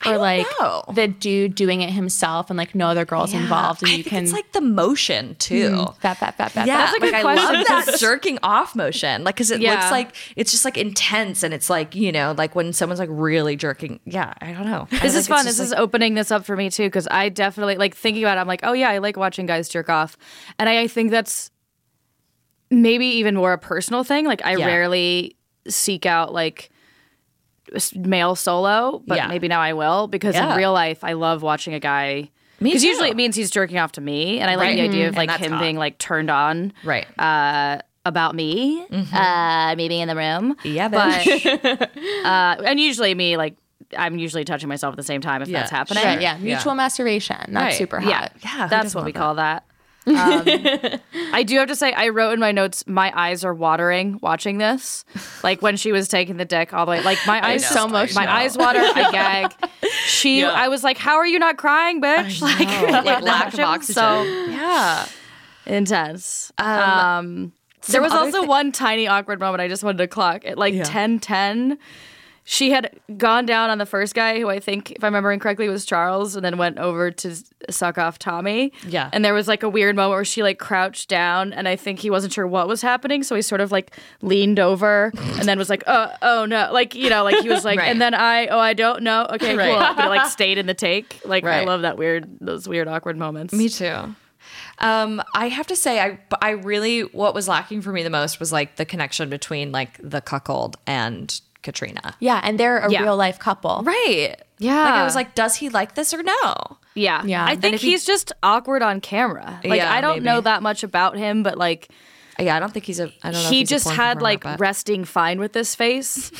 Speaker 4: Or
Speaker 2: don't
Speaker 4: like
Speaker 2: know.
Speaker 4: the dude doing it himself and like no other girls involved and
Speaker 2: I
Speaker 4: you
Speaker 2: think
Speaker 4: can
Speaker 2: it's like the motion too.
Speaker 4: fat fat fat fat.
Speaker 2: Yeah,
Speaker 4: fat.
Speaker 3: Hmm. a good
Speaker 2: like I love
Speaker 3: question.
Speaker 2: that jerking off motion, like because it
Speaker 3: Yeah.
Speaker 2: looks like it's just like intense, and it's like you know, like when someone's like really jerking. Yeah, I don't know. I
Speaker 3: This
Speaker 2: think
Speaker 3: is
Speaker 2: it's
Speaker 3: fun.
Speaker 2: just,
Speaker 3: This
Speaker 2: like-
Speaker 3: is opening this up for me too, because I definitely like thinking about it. I'm like, oh yeah, I like watching guys jerk off, and I, I think that's maybe even more a personal thing. Like I
Speaker 2: Yeah.
Speaker 3: rarely seek out like s- male solo, but
Speaker 2: Yeah.
Speaker 3: maybe now I will because
Speaker 2: Yeah.
Speaker 3: in real life I love watching a guy.
Speaker 2: Me
Speaker 3: Because usually
Speaker 2: too.
Speaker 3: it means he's jerking off to me, and I like
Speaker 2: Right. Mm-hmm.
Speaker 3: the idea of
Speaker 2: And
Speaker 3: like
Speaker 2: that's
Speaker 3: him
Speaker 2: hot.
Speaker 3: being like turned on
Speaker 2: right.
Speaker 3: uh, about me, uh, me being in the room.
Speaker 2: Mm-hmm. yeah,
Speaker 3: but
Speaker 2: bitch.
Speaker 3: uh, and usually me like I'm usually touching myself at the same time if
Speaker 2: Yeah,
Speaker 3: that's happening.
Speaker 4: Right, yeah. Mutual masturbation. That's
Speaker 2: Right.
Speaker 4: super hot.
Speaker 3: yeah,
Speaker 2: Yeah, who
Speaker 3: That's
Speaker 2: doesn't
Speaker 3: what we
Speaker 2: love
Speaker 3: call that. Um, I do have to say, I wrote in my notes, my eyes are watering watching this. Like when she was taking the dick all the way, like my eyes,
Speaker 4: know, so
Speaker 3: my
Speaker 4: emotional.
Speaker 3: eyes water, I gag. She,
Speaker 2: Yeah.
Speaker 3: I was like, how are you not crying, bitch? Like,
Speaker 2: like lack of oxygen.
Speaker 3: So
Speaker 2: yeah.
Speaker 3: intense.
Speaker 2: Um,
Speaker 3: There was
Speaker 2: other
Speaker 3: also
Speaker 2: thi-
Speaker 3: one tiny awkward moment I just wanted to clock at like ten ten. she had gone down on the first guy who I think, if I'm remembering correctly, was Charles, and then went over to s- suck off Tommy.
Speaker 2: Yeah.
Speaker 3: And there was like a weird moment where she like crouched down, and I think he wasn't sure what was happening, so he sort of like leaned over and then was like, oh, oh no, like you know, like he was like,
Speaker 2: Right.
Speaker 3: and then I, oh, I don't know, okay,
Speaker 2: Right.
Speaker 3: cool, but it, like stayed in the take. Like I
Speaker 2: Right.
Speaker 3: love that weird, those weird awkward moments.
Speaker 2: Me too. Um, I have to say, I I really what was lacking for me the most was like the connection between like the cuckold and Katrina.
Speaker 4: Yeah, and they're a
Speaker 3: Yeah.
Speaker 4: real life couple.
Speaker 2: Right.
Speaker 3: Yeah.
Speaker 2: Like I was like, does he like this or no?
Speaker 3: Yeah.
Speaker 4: Yeah.
Speaker 3: I
Speaker 4: And
Speaker 3: think
Speaker 2: if he-
Speaker 3: he's just awkward on camera. Like
Speaker 2: Yeah,
Speaker 3: I don't
Speaker 2: maybe.
Speaker 3: know that much about him, but like
Speaker 2: Yeah, I don't think he's a. I don't know. if
Speaker 3: he
Speaker 2: he's a
Speaker 3: just
Speaker 2: porn
Speaker 3: had
Speaker 2: performer or
Speaker 3: like
Speaker 2: not, but-
Speaker 3: resting fine with this face.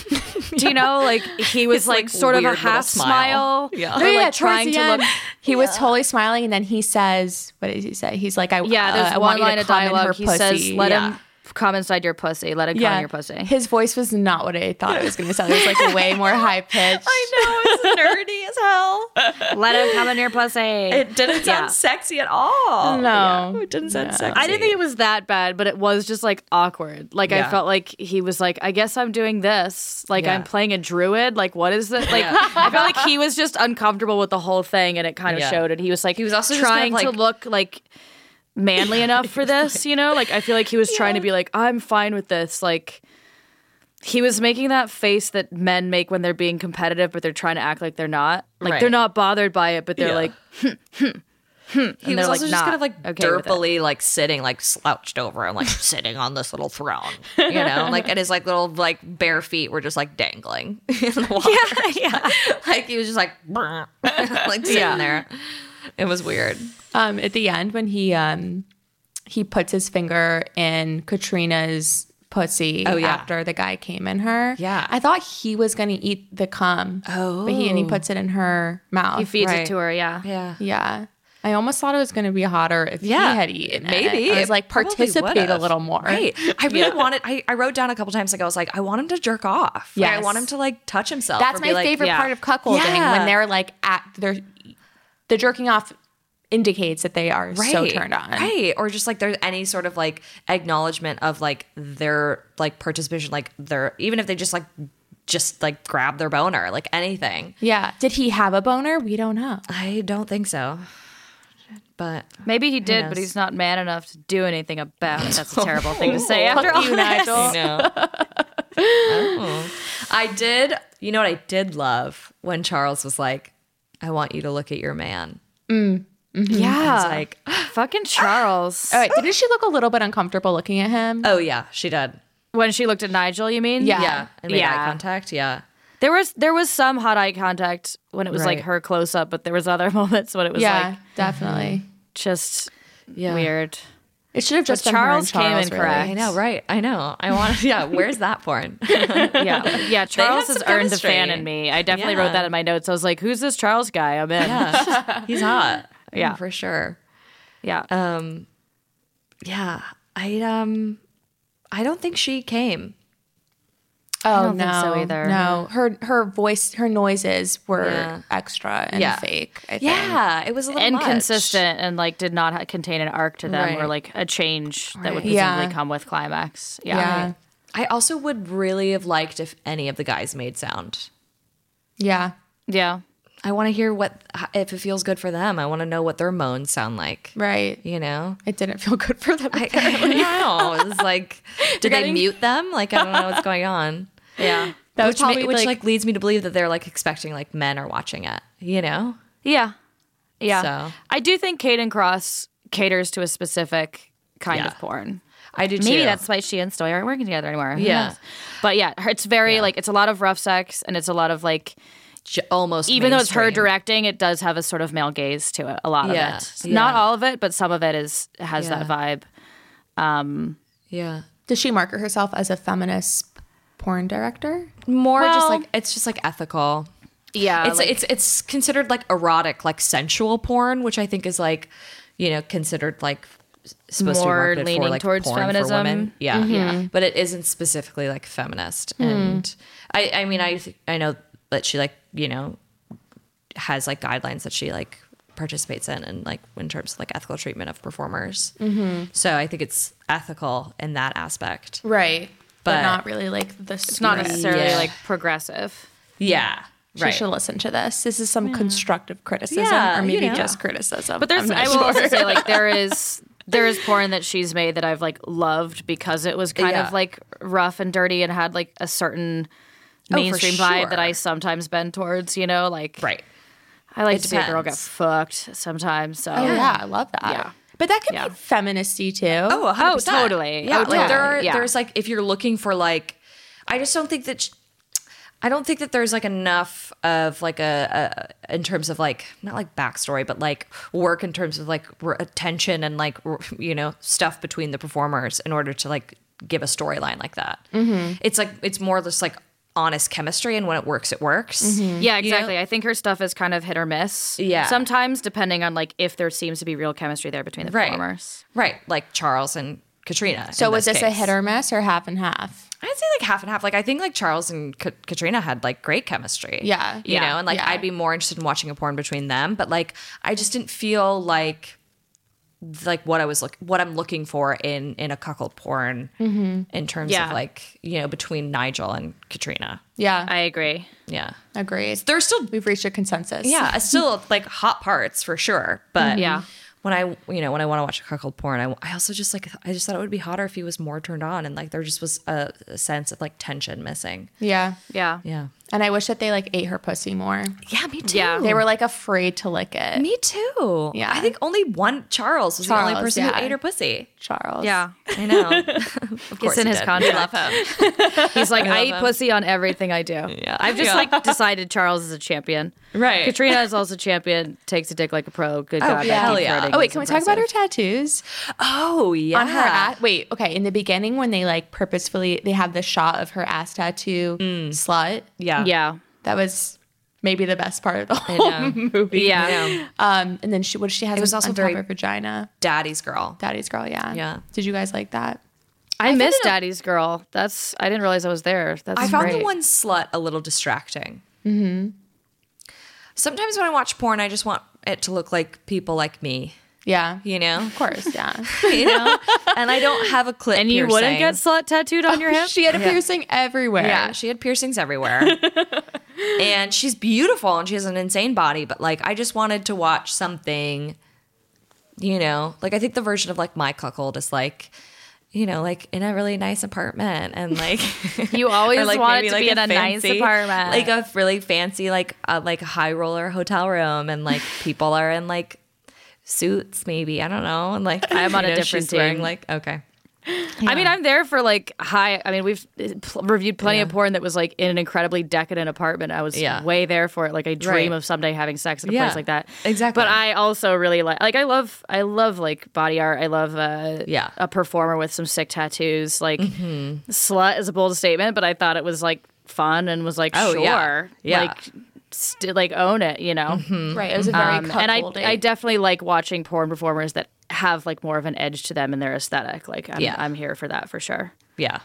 Speaker 3: Do you know? Like he was
Speaker 2: His,
Speaker 3: like,
Speaker 2: like,
Speaker 3: sort of
Speaker 2: weird
Speaker 3: a
Speaker 2: little
Speaker 3: half smile.
Speaker 2: smile. Yeah.
Speaker 3: or,
Speaker 2: Oh,
Speaker 4: yeah,
Speaker 3: like
Speaker 4: towards
Speaker 3: trying
Speaker 4: the
Speaker 3: to
Speaker 4: end,
Speaker 3: look
Speaker 4: He was totally smiling, and then he says, "What did he say?" He's like, "I
Speaker 3: Yeah,
Speaker 4: uh,
Speaker 3: there's
Speaker 4: I
Speaker 3: one
Speaker 4: want you to
Speaker 3: line of
Speaker 4: come in her
Speaker 3: dialogue. He says,
Speaker 4: pussy."
Speaker 3: Let
Speaker 2: Yeah.
Speaker 3: him come inside your pussy. Let him come in your pussy.
Speaker 4: His voice was not what I thought it was going to sound. It was like way more high pitched.
Speaker 2: I know it's nerdy as hell.
Speaker 3: Let him come in your pussy.
Speaker 2: It didn't sound
Speaker 3: Yeah.
Speaker 2: sexy at all.
Speaker 4: No.
Speaker 2: Yeah, it didn't sound sexy.
Speaker 3: I didn't think it was that bad, but it was just like awkward. Like I
Speaker 2: Yeah.
Speaker 3: felt like he was like, I guess I'm doing this. Like
Speaker 2: Yeah.
Speaker 3: I'm playing a druid. Like what is this? Like I felt like he was just uncomfortable with the whole thing, and it kind of
Speaker 2: Yeah.
Speaker 3: showed. And he was like, he
Speaker 2: was also just
Speaker 3: trying
Speaker 2: kind of,
Speaker 3: to
Speaker 2: like-
Speaker 3: look like manly enough for this. you know, like I feel like he was trying to be like, I'm fine with this. Like. He was making that face that men make when they're being competitive, but they're trying to act like they're not. Like
Speaker 2: Right.
Speaker 3: they're not bothered by it, but they're
Speaker 2: Yeah.
Speaker 3: like,
Speaker 2: He
Speaker 3: and
Speaker 2: was
Speaker 3: they're,
Speaker 2: also
Speaker 3: like,
Speaker 2: just kind
Speaker 3: not
Speaker 2: of like
Speaker 3: okay with it.
Speaker 2: derpily, like sitting, like slouched over and like sitting on this little throne, you know, like and his like little like bare feet were just like dangling in the water. Yeah, yeah. like he was just like, "Brr," like sitting
Speaker 3: Yeah.
Speaker 2: there. It was weird.
Speaker 4: Um, at the end, when he um, he puts his finger in Katrina's pussy
Speaker 2: Oh, yeah.
Speaker 4: after the guy came in her.
Speaker 2: Yeah.
Speaker 4: I thought he was going to eat the cum. Oh, but he and he puts it in her mouth.
Speaker 3: he feeds it
Speaker 2: Right.
Speaker 3: to her. Yeah.
Speaker 2: Yeah.
Speaker 4: yeah. I almost thought it was going to be hotter if
Speaker 2: Yeah,
Speaker 4: he had eaten.
Speaker 2: Maybe
Speaker 4: it. I was like
Speaker 2: probably
Speaker 4: participate a
Speaker 2: would've.
Speaker 4: little more.
Speaker 2: Right. I really wanted. I, I wrote down a couple times like I was like I want him to jerk off. Yeah. I
Speaker 4: Yes.
Speaker 2: want him to like touch himself.
Speaker 4: That's
Speaker 2: or
Speaker 4: my
Speaker 2: be like-
Speaker 4: favorite
Speaker 3: yeah.
Speaker 4: part of cuckolding
Speaker 2: Yeah.
Speaker 4: when they're like at they're the jerking off indicates that they are so turned on.
Speaker 2: Right. Or just like there's any sort of like acknowledgement of like their like participation, like their even if they just like just like grab their boner, like anything.
Speaker 4: Yeah. Did he have a boner? We don't know.
Speaker 2: I don't think so. But
Speaker 3: Maybe he did, but
Speaker 2: knows?
Speaker 3: he's not man enough to do anything about it. That's a terrible thing to say after all this.
Speaker 2: no. Oh. I did you know what I did love when Charles was like, I want you to look at your man. I was
Speaker 3: Mm. Yeah,
Speaker 2: like,
Speaker 3: fucking Charles.
Speaker 4: All right. Didn't she look a little bit uncomfortable looking at him?
Speaker 2: Oh yeah, she did.
Speaker 3: When she looked at Nigel, you mean?
Speaker 4: Yeah.
Speaker 2: Yeah. And made
Speaker 3: Uh, Yeah.
Speaker 2: eye contact. Yeah.
Speaker 3: There was there was some hot eye contact when it was like
Speaker 2: Right.
Speaker 3: her close up, but there was other moments when it was
Speaker 4: yeah,
Speaker 3: like uh-huh.
Speaker 4: definitely.
Speaker 3: just
Speaker 2: Yeah.
Speaker 3: weird.
Speaker 4: It should have just been her
Speaker 3: Charles
Speaker 4: and
Speaker 3: came
Speaker 4: Charles
Speaker 3: in
Speaker 4: really.
Speaker 3: correct.
Speaker 2: I know, right. I know. I want yeah, where's that porn?
Speaker 3: Yeah, yeah. Charles
Speaker 2: have
Speaker 3: has
Speaker 2: some
Speaker 3: earned a
Speaker 2: chemistry.
Speaker 3: fan in me. I definitely wrote
Speaker 2: Yeah.
Speaker 3: that in my notes. I was like, "Who's this Charles guy?" I'm in. Yeah,
Speaker 2: Yeah. He's hot.
Speaker 3: Yeah.
Speaker 2: For sure. Uh, Yeah. I um I don't think she came.
Speaker 4: Oh
Speaker 3: don't
Speaker 4: no,
Speaker 3: think so either.
Speaker 4: no. Her her voice, her noises were
Speaker 2: Yeah.
Speaker 4: extra and
Speaker 2: Yeah.
Speaker 4: fake. I think.
Speaker 2: Yeah, it was a little much.
Speaker 3: inconsistent and like did not ha- contain an arc to them or
Speaker 2: Right.
Speaker 3: like a change that would
Speaker 2: Right.
Speaker 3: presumably
Speaker 4: Yeah.
Speaker 3: come with climax.
Speaker 4: yeah, yeah.
Speaker 2: I also would really have liked if any of the guys made sound.
Speaker 3: Yeah.
Speaker 2: I want to hear what if it feels good for them. I want to know what their moans sound like.
Speaker 4: Right.
Speaker 2: You know.
Speaker 4: It didn't feel good for them.
Speaker 2: I, I don't know. It's like, did they
Speaker 4: getting-
Speaker 2: mute them? Like, I don't know what's going on.
Speaker 3: Yeah.
Speaker 4: that was
Speaker 2: Which, ma-
Speaker 4: probably
Speaker 2: which
Speaker 4: like,
Speaker 2: like, leads me to believe that they're like expecting like men are watching it. You know.
Speaker 3: Yeah. Yeah.
Speaker 2: So-
Speaker 3: I do think Caden Cross caters to a specific kind of porn.
Speaker 2: I do
Speaker 3: Maybe
Speaker 2: too.
Speaker 3: that's why she and Stoy aren't working together anymore. Who
Speaker 2: Yeah.
Speaker 3: knows? But yeah, her- it's very like it's a lot of rough sex and it's a lot of like
Speaker 2: J- almost
Speaker 3: even though it's her
Speaker 2: mainstream.
Speaker 3: directing, it does have a sort of male gaze to it. A lot
Speaker 2: Yeah.
Speaker 3: of it.
Speaker 2: Yeah.
Speaker 3: Not all of it, but some of it is has that
Speaker 2: Yeah.
Speaker 3: vibe.
Speaker 2: Yeah.
Speaker 4: does she market herself as a feminist porn director?
Speaker 2: more just
Speaker 3: Well-
Speaker 2: like it's just like ethical.
Speaker 3: Yeah.
Speaker 2: it's it's it's considered like erotic, like sensual porn, which I think is like, you know, considered like s- supposed
Speaker 3: More
Speaker 2: to be marketed
Speaker 3: leaning
Speaker 2: for, like,
Speaker 3: towards
Speaker 2: porn for
Speaker 3: feminism. Mm-hmm.
Speaker 2: women. Yeah, yeah, but it isn't specifically like feminist.
Speaker 3: Hmm.
Speaker 2: And I I mean I th- I know that she like you know has like guidelines that she like participates in and like in terms of like ethical treatment of performers.
Speaker 3: Mm-hmm.
Speaker 2: So I think it's ethical in that aspect.
Speaker 4: Right. But,
Speaker 2: But-
Speaker 4: not really like the
Speaker 3: It's not
Speaker 2: Right.
Speaker 3: necessarily
Speaker 2: Yeah.
Speaker 3: like progressive.
Speaker 2: Yeah.
Speaker 4: She
Speaker 2: right.
Speaker 4: should listen to this. This is some constructive criticism,
Speaker 2: Yeah,
Speaker 4: or
Speaker 2: you
Speaker 4: maybe
Speaker 2: know.
Speaker 4: just criticism.
Speaker 3: But there's,
Speaker 4: I'm not
Speaker 3: I will
Speaker 4: sure.
Speaker 3: also say, like, there is there is porn that she's made that I've like loved because it was kind
Speaker 2: Yeah. Oh,
Speaker 3: of like rough and dirty and had like a certain
Speaker 2: for
Speaker 3: mainstream vibe that I
Speaker 2: sure.
Speaker 3: sometimes bend towards. You know, like
Speaker 2: right.
Speaker 3: I like
Speaker 2: It
Speaker 3: to see a girl get
Speaker 2: depends.
Speaker 3: fucked sometimes. So
Speaker 4: Oh, yeah, I love that.
Speaker 3: Yeah.
Speaker 4: But that could
Speaker 3: Yeah.
Speaker 4: be feministy too.
Speaker 2: Oh, 100%.
Speaker 3: totally.
Speaker 2: Yeah,
Speaker 3: Oh,
Speaker 2: like there are
Speaker 3: totally. Yeah.
Speaker 2: there's like if you're looking for like I just don't think that sh- I don't think that there's like enough of like a, a in terms of like not like backstory but like work in terms of like r- attention and like r- you know stuff between the performers in order to like give a storyline like that. It's like it's more just like honest chemistry and when it works it works.
Speaker 3: Yeah, exactly. I think her stuff is kind of hit or miss.
Speaker 2: Yeah.
Speaker 3: Sometimes depending on like if there seems to be real chemistry there between the
Speaker 2: Right.
Speaker 3: performers.
Speaker 2: Right, like Charles and Katrina.
Speaker 4: So
Speaker 2: in
Speaker 4: was this a
Speaker 2: case.
Speaker 4: hit or miss or half and half?
Speaker 2: I'd say like half and half. Like I think like Charles and Ka- Katrina had like great chemistry.
Speaker 4: Yeah.
Speaker 2: you
Speaker 4: Yeah.
Speaker 2: know, and like
Speaker 4: Yeah.
Speaker 2: I'd be more interested in watching a porn between them. But like I just didn't feel like like what I was look what I'm looking for in in a cuckold porn in terms
Speaker 3: Yeah.
Speaker 2: of like you know between Nigel and Katrina.
Speaker 4: Yeah,
Speaker 3: I agree.
Speaker 2: Yeah,
Speaker 4: agreed.
Speaker 2: there's still
Speaker 4: We've reached a consensus.
Speaker 2: yeah still like hot parts for sure. But
Speaker 3: Yeah.
Speaker 2: When I, you know, when I want to watch a cuckold porn, I, I also just like, I just thought it would be hotter if he was more turned on and like there just was a, a sense of like tension missing.
Speaker 4: yeah,
Speaker 3: Yeah.
Speaker 2: Yeah.
Speaker 4: And I wish that they like ate her pussy more.
Speaker 2: Yeah, me too.
Speaker 3: Yeah.
Speaker 4: They were like afraid to lick it.
Speaker 2: me too.
Speaker 4: Yeah.
Speaker 2: I think only one Charles was the only
Speaker 4: Charles,
Speaker 2: person
Speaker 4: yeah.
Speaker 2: who ate her pussy.
Speaker 4: Charles.
Speaker 3: Yeah.
Speaker 2: I know. of
Speaker 3: It's
Speaker 2: course,
Speaker 3: in
Speaker 2: he
Speaker 3: his
Speaker 2: did.
Speaker 3: contract. He's like, I,
Speaker 2: love
Speaker 3: eat
Speaker 2: him.
Speaker 3: pussy on everything I do.
Speaker 2: Yeah.
Speaker 3: I've just
Speaker 2: Yeah.
Speaker 3: like decided Charles is a champion.
Speaker 2: Right.
Speaker 3: Katrina is also champion, takes a dick like a pro. Good God.
Speaker 2: yeah. Hell
Speaker 3: that deep
Speaker 2: yeah.
Speaker 3: throating
Speaker 4: Oh wait,
Speaker 3: is
Speaker 4: can we talk about her
Speaker 3: impressive.
Speaker 4: tattoos?
Speaker 2: Oh yeah.
Speaker 4: on her ass. Wait, okay. In the beginning, when they like purposefully, they have the shot of her ass tattoo
Speaker 2: Mm.
Speaker 4: slut.
Speaker 2: Yeah.
Speaker 3: Yeah.
Speaker 4: That was maybe the best part of the whole
Speaker 3: Mm-hmm.
Speaker 4: movie.
Speaker 3: Yeah.
Speaker 4: Um, and then she, what she has
Speaker 2: was
Speaker 4: on-
Speaker 2: also
Speaker 4: on top
Speaker 2: very-
Speaker 4: of her vagina,
Speaker 2: Daddy's girl.
Speaker 4: daddy's girl. Yeah.
Speaker 2: Yeah.
Speaker 4: Did you guys like that?
Speaker 3: I, miss Daddy's Girl. That's I didn't realize I was there. That's
Speaker 2: I found
Speaker 3: great.
Speaker 2: the one slut a little distracting. Mm-hmm. Sometimes when I watch porn, I just want it to look like people like me.
Speaker 4: Yeah.
Speaker 2: You know.
Speaker 4: Of course. Yeah.
Speaker 2: you know. And I don't have a clip.
Speaker 3: and you wouldn't get
Speaker 2: piercing.
Speaker 3: slut tattooed
Speaker 4: "Oh,
Speaker 3: on your hip?
Speaker 4: she had a piercing everywhere.
Speaker 2: Yeah, she had piercings everywhere. and she's beautiful and she has an insane body, but like I just wanted to watch something, you know, like I think the version of like my cuckold is like, you know, like in a really nice apartment and like
Speaker 3: You always
Speaker 2: or,
Speaker 3: want it
Speaker 2: maybe,
Speaker 3: to be in a nice apartment.
Speaker 2: Like a really fancy, like a like high roller hotel room and like people are in like suits maybe. I don't know. And like
Speaker 3: I'm
Speaker 2: you
Speaker 3: on a
Speaker 2: know,
Speaker 3: different
Speaker 2: she's wearing
Speaker 3: team.
Speaker 2: like okay.
Speaker 3: I mean, I'm there for like high. I mean, we've uh, pl- reviewed plenty of porn that was like in an incredibly decadent apartment. I was
Speaker 2: Yeah.
Speaker 3: way there for it. Like I dream
Speaker 2: Right.
Speaker 3: of someday having sex in a
Speaker 2: Yeah,
Speaker 3: place like that.
Speaker 2: exactly.
Speaker 3: But I also really like like I love I love like body art. I love uh,
Speaker 2: Yeah.
Speaker 3: a performer with some sick tattoos. Like
Speaker 2: Mm-hmm.
Speaker 3: slut is a bold statement, but I thought it was like fun and was like
Speaker 2: Oh,
Speaker 3: sure,
Speaker 2: yeah. Yeah. Mm-hmm.
Speaker 3: like st- like own it, you know.
Speaker 4: Right. It was a very
Speaker 3: Um, and I,
Speaker 4: cuckolding.
Speaker 3: I definitely like watching porn performers that have like more of an edge to them in their aesthetic. Like, I'm,
Speaker 2: Yeah.
Speaker 3: I'm here for that for sure.
Speaker 2: Yeah.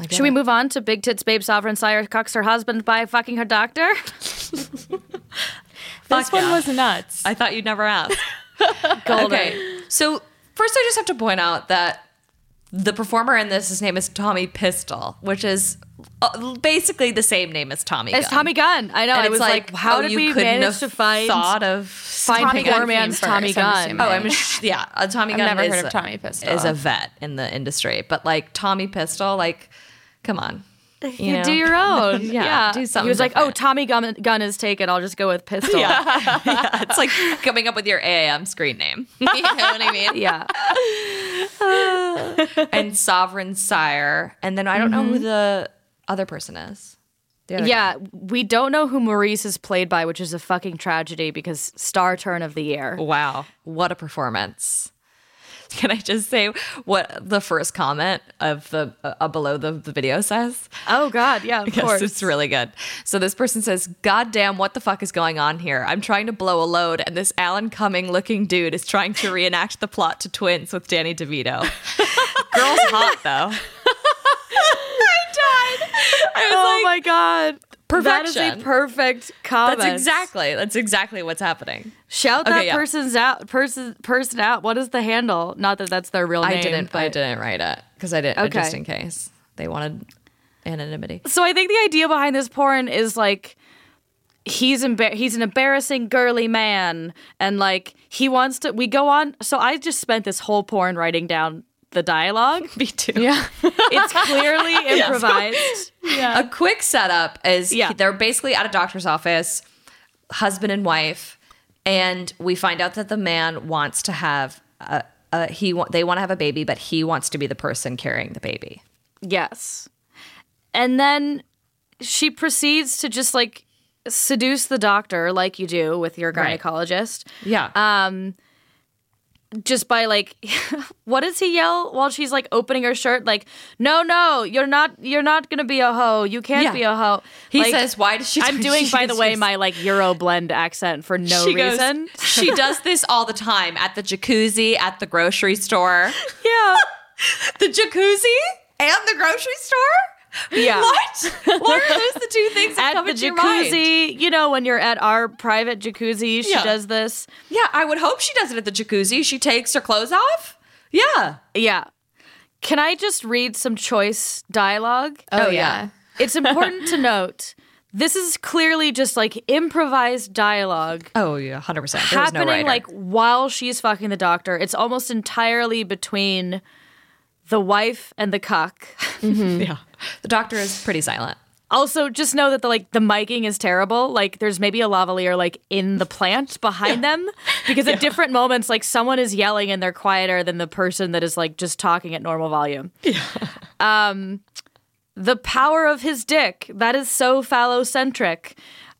Speaker 2: I get
Speaker 3: Should we
Speaker 2: it.
Speaker 3: move on to Big Tits Babe Sovereign Sire cucks her husband by fucking her doctor?
Speaker 4: this
Speaker 2: Fuck
Speaker 4: one
Speaker 2: yeah.
Speaker 4: was nuts.
Speaker 2: I thought you'd never ask.
Speaker 3: Golden.
Speaker 2: Okay. So first, I just have to point out that the performer in this, his name is Tommy Pistol, which is uh, basically the same name as Tommy.
Speaker 3: It's
Speaker 2: Gunn.
Speaker 3: Tommy Gunn. I know.
Speaker 2: And
Speaker 3: I
Speaker 2: it's
Speaker 3: was like, how
Speaker 2: oh,
Speaker 3: did
Speaker 2: you
Speaker 3: we
Speaker 2: couldn't
Speaker 3: manage
Speaker 2: have
Speaker 3: to find
Speaker 2: thought of
Speaker 3: find
Speaker 4: Tommy Gunn
Speaker 3: poor man's
Speaker 4: came
Speaker 3: Tommy
Speaker 4: first,
Speaker 3: Gunn?
Speaker 4: I'm assuming.
Speaker 2: Oh, I'm sh- yeah. uh, Tommy
Speaker 4: I've
Speaker 2: Gunn
Speaker 4: never
Speaker 2: is,
Speaker 4: heard of Tommy Pistol.
Speaker 2: is a vet in the industry, but like Tommy Pistol, like, come on, you,
Speaker 3: You
Speaker 2: know?
Speaker 3: do your own.
Speaker 2: Yeah, do something
Speaker 3: He was like, oh,
Speaker 2: different.
Speaker 3: Tommy Gunn, Gunn is taken. I'll just go with Pistol. Yeah.
Speaker 2: It's like coming up with your AAM screen name. You know what I mean?
Speaker 3: yeah.
Speaker 2: and Sovereign Sire, and then I don't know who the other person is. The other guy.
Speaker 3: Yeah, we don't know who Maurice is played by, which is a fucking tragedy because star turn of the year.
Speaker 2: Wow, what a performance! Can I just say what the first comment of the uh, below the, the video says?
Speaker 3: Oh God, yeah, of
Speaker 2: Yes,
Speaker 3: course.
Speaker 2: it's really good. So this person says, "God damn, what the fuck is going on here? I'm trying to blow a load, and this Alan Cumming looking dude is trying to reenact the plot to Twins with Danny DeVito. Girl's hot though. I died. I was
Speaker 3: oh
Speaker 2: like,
Speaker 3: my God, That is
Speaker 2: Perfection.
Speaker 3: a perfect comment.
Speaker 2: That's exactly that's exactly what's happening.
Speaker 3: Shout that
Speaker 2: Okay, yeah.
Speaker 3: person's out, person, person out. What is the handle? Not that that's their real name.
Speaker 2: I didn't I
Speaker 3: but-
Speaker 2: didn't write it because I didn't
Speaker 3: Okay.
Speaker 2: just in case they wanted anonymity.
Speaker 3: So I think the idea behind this porn is like he's embar- he's an embarrassing girly man and like he wants to we go on so I just spent this whole porn writing down the dialogue.
Speaker 2: Me too.
Speaker 4: Yeah.
Speaker 3: It's clearly improvised.
Speaker 2: A quick setup is
Speaker 3: Yeah.
Speaker 2: they're basically at a doctor's office, husband and wife, and we find out that the man wants to have a, a he wa- they want to have a baby, but he wants to be the person carrying the baby.
Speaker 3: Yes. And then she proceeds to just like seduce the doctor like you do with your
Speaker 2: Right.
Speaker 3: gynecologist.
Speaker 2: Yeah.
Speaker 3: um just by like what does he yell while she's like opening her shirt like no no you're not you're not gonna be a hoe you can't
Speaker 2: Yeah.
Speaker 3: be a hoe
Speaker 2: He
Speaker 3: Like,
Speaker 2: says, "Why does she?"
Speaker 3: i'm doing by the way my like euro blend accent for no reason
Speaker 2: she does this all the time at the jacuzzi, at the grocery store,
Speaker 3: yeah
Speaker 2: the jacuzzi and the grocery store.
Speaker 3: Yeah.
Speaker 2: What? What are those the two things that
Speaker 3: at
Speaker 2: come
Speaker 3: the
Speaker 2: into your mind?
Speaker 3: jacuzzi you know when you're at our private jacuzzi she
Speaker 2: Yeah.
Speaker 3: does this
Speaker 2: Yeah, I would hope she does it at the jacuzzi. She takes her clothes off. Yeah.
Speaker 3: yeah can i just read some choice dialogue
Speaker 2: Oh, yeah.
Speaker 3: it's important to note this is clearly just like improvised dialogue
Speaker 2: Oh yeah, hundred percent.
Speaker 3: happening like while she's fucking the doctor. It's almost entirely between the wife and the cuck. Mm.
Speaker 2: yeah. The doctor is pretty silent.
Speaker 3: Also, just know that the like the miking is terrible. Like there's maybe a lavalier like in the plant behind them because at different moments like someone is yelling and they're quieter than the person that is like just talking at normal volume. Yeah. Um the power of his dick. That is so phallocentric.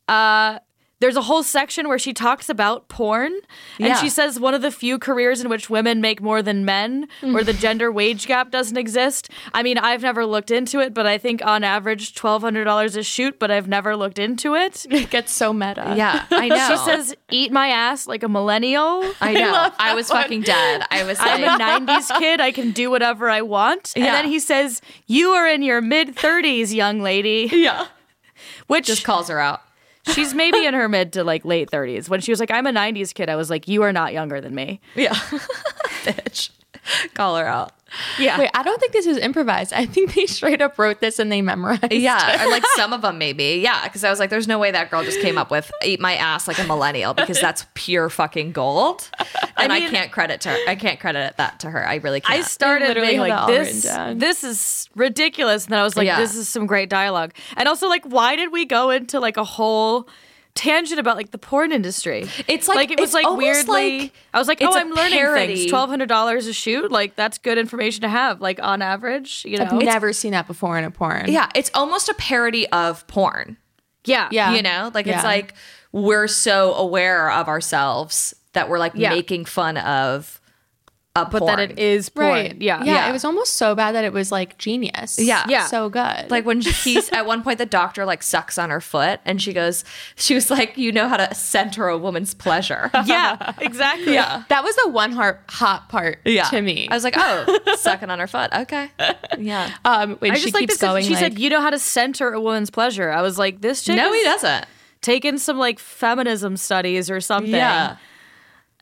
Speaker 3: Uh there's a whole section where she talks about porn and
Speaker 2: Yeah.
Speaker 3: she says one of the few careers in which women make more than men where the gender wage gap doesn't exist i mean i've never looked into it but i think on average $1200 a shoot but i've never looked into it
Speaker 4: It gets so meta.
Speaker 2: Yeah, I know.
Speaker 3: Uh, she says eat my ass like a millennial
Speaker 2: I know. I, was fucking dead. I was like,
Speaker 3: I'm a 90s kid. I can do whatever I want. And
Speaker 2: Yeah.
Speaker 3: then he says, You are in your mid 30s, young lady.
Speaker 2: yeah.
Speaker 3: Which
Speaker 2: Just calls her out.
Speaker 3: she's maybe in her mid to like late 30s. When she was like, I'm a 90s kid, I was like, You are not younger than me.
Speaker 2: Yeah. Bitch. Call her out.
Speaker 3: Yeah.
Speaker 4: Wait, I don't think this was improvised. I think they straight up wrote this and they memorized.
Speaker 2: Yeah, or like some of them maybe. Yeah, because I was like, there's no way that girl just came up with "eat my ass like a millennial" because that's pure fucking gold, and I,
Speaker 3: mean-
Speaker 2: can't credit to her. I can't credit that to her. I really can't.
Speaker 3: I started
Speaker 4: literally
Speaker 3: being
Speaker 4: had it
Speaker 3: like,
Speaker 4: all
Speaker 3: this,
Speaker 4: written down.
Speaker 3: this is ridiculous. And then I was like,
Speaker 2: Yeah.
Speaker 3: this is some great dialogue. And also, like, why did we go into like a whole tangent about like the porn industry?
Speaker 2: It's like-
Speaker 3: it was
Speaker 2: it's
Speaker 3: like
Speaker 2: almost
Speaker 3: weirdly.
Speaker 2: like
Speaker 3: I was like, oh,
Speaker 2: it's a
Speaker 3: I'm learning
Speaker 2: parody.
Speaker 3: things. Twelve hundred dollars a shoot, like that's good information to have. Like on average, you
Speaker 4: I've
Speaker 3: know,
Speaker 4: never seen that before in a porn.
Speaker 2: yeah, it's almost a parody of porn.
Speaker 3: yeah,
Speaker 4: Yeah.
Speaker 2: You know, like
Speaker 4: Yeah.
Speaker 2: it's like we're so aware of ourselves that we're like
Speaker 3: Yeah.
Speaker 2: making fun of a
Speaker 3: But
Speaker 2: porn.
Speaker 3: that it is porn.
Speaker 4: Right.
Speaker 3: Yeah.
Speaker 4: yeah. Yeah. It was almost so bad that it was like genius.
Speaker 2: Yeah.
Speaker 3: Yeah.
Speaker 4: So good.
Speaker 2: like when he's at one point the doctor like sucks on her foot and she goes she was like you know how to center a woman's pleasure
Speaker 3: yeah, exactly. Yeah.
Speaker 4: that was the one heart hot part to me.
Speaker 2: i was like oh sucking on her foot okay yeah
Speaker 4: um, when
Speaker 3: I
Speaker 4: she
Speaker 3: just like
Speaker 4: keeps
Speaker 3: this.
Speaker 4: going,
Speaker 3: she
Speaker 4: like,
Speaker 3: said, "You know how to center a woman's pleasure." I was like, "This chick,
Speaker 2: no
Speaker 3: has
Speaker 2: he doesn't
Speaker 3: taken some like feminism studies or something."
Speaker 2: yeah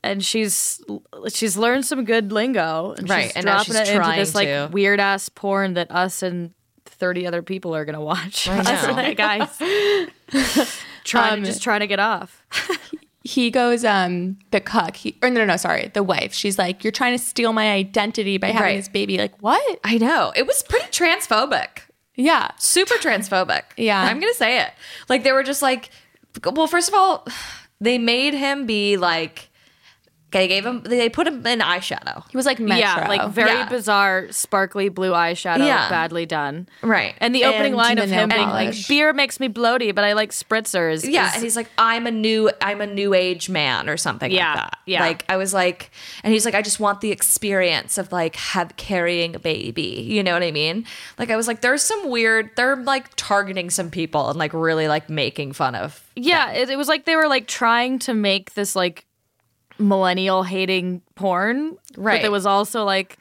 Speaker 3: and she's she's learned some good lingo and
Speaker 2: Right,
Speaker 3: she's
Speaker 2: and now
Speaker 3: dropping
Speaker 2: she's
Speaker 3: it into
Speaker 2: trying
Speaker 3: this
Speaker 2: to.
Speaker 3: like weird ass porn that us and 30 other people are gonna watch
Speaker 2: I
Speaker 3: us
Speaker 2: know.
Speaker 3: and that guys trying
Speaker 4: Um,
Speaker 3: to, just trying to get off
Speaker 4: he goes, um, the cuck. He, or no, no, no, sorry, the wife. She's like, you're trying to steal my identity by having
Speaker 2: Right.
Speaker 4: this baby. Like what?
Speaker 2: i know it was pretty transphobic
Speaker 4: Yeah.
Speaker 2: super transphobic.
Speaker 4: Yeah.
Speaker 2: I'm gonna say it. Like they were just like, well, first of all, they made him be like, they gave him, they put him in eyeshadow,
Speaker 4: He was like metro.
Speaker 3: yeah like very
Speaker 2: Yeah.
Speaker 3: bizarre sparkly blue eyeshadow
Speaker 2: Yeah.
Speaker 3: badly done
Speaker 2: right?
Speaker 3: and the opening
Speaker 4: And
Speaker 3: line
Speaker 4: the
Speaker 3: of him
Speaker 4: nail
Speaker 3: being like
Speaker 4: polish.
Speaker 3: beer makes me bloaty but i like spritzers
Speaker 2: yeah,
Speaker 3: is-
Speaker 2: and he's like, I'm a new, I'm a new age man or something
Speaker 3: Yeah,
Speaker 2: like that.
Speaker 3: yeah.
Speaker 2: Like I was like, and he's like, I just want the experience of like have carrying a baby. You know what I mean? Like I was like, there's some weird, they're like targeting some people and like really like making fun of.
Speaker 3: yeah it, it was like they were like trying to make this like millennial hating porn
Speaker 2: Right.
Speaker 3: but it was also like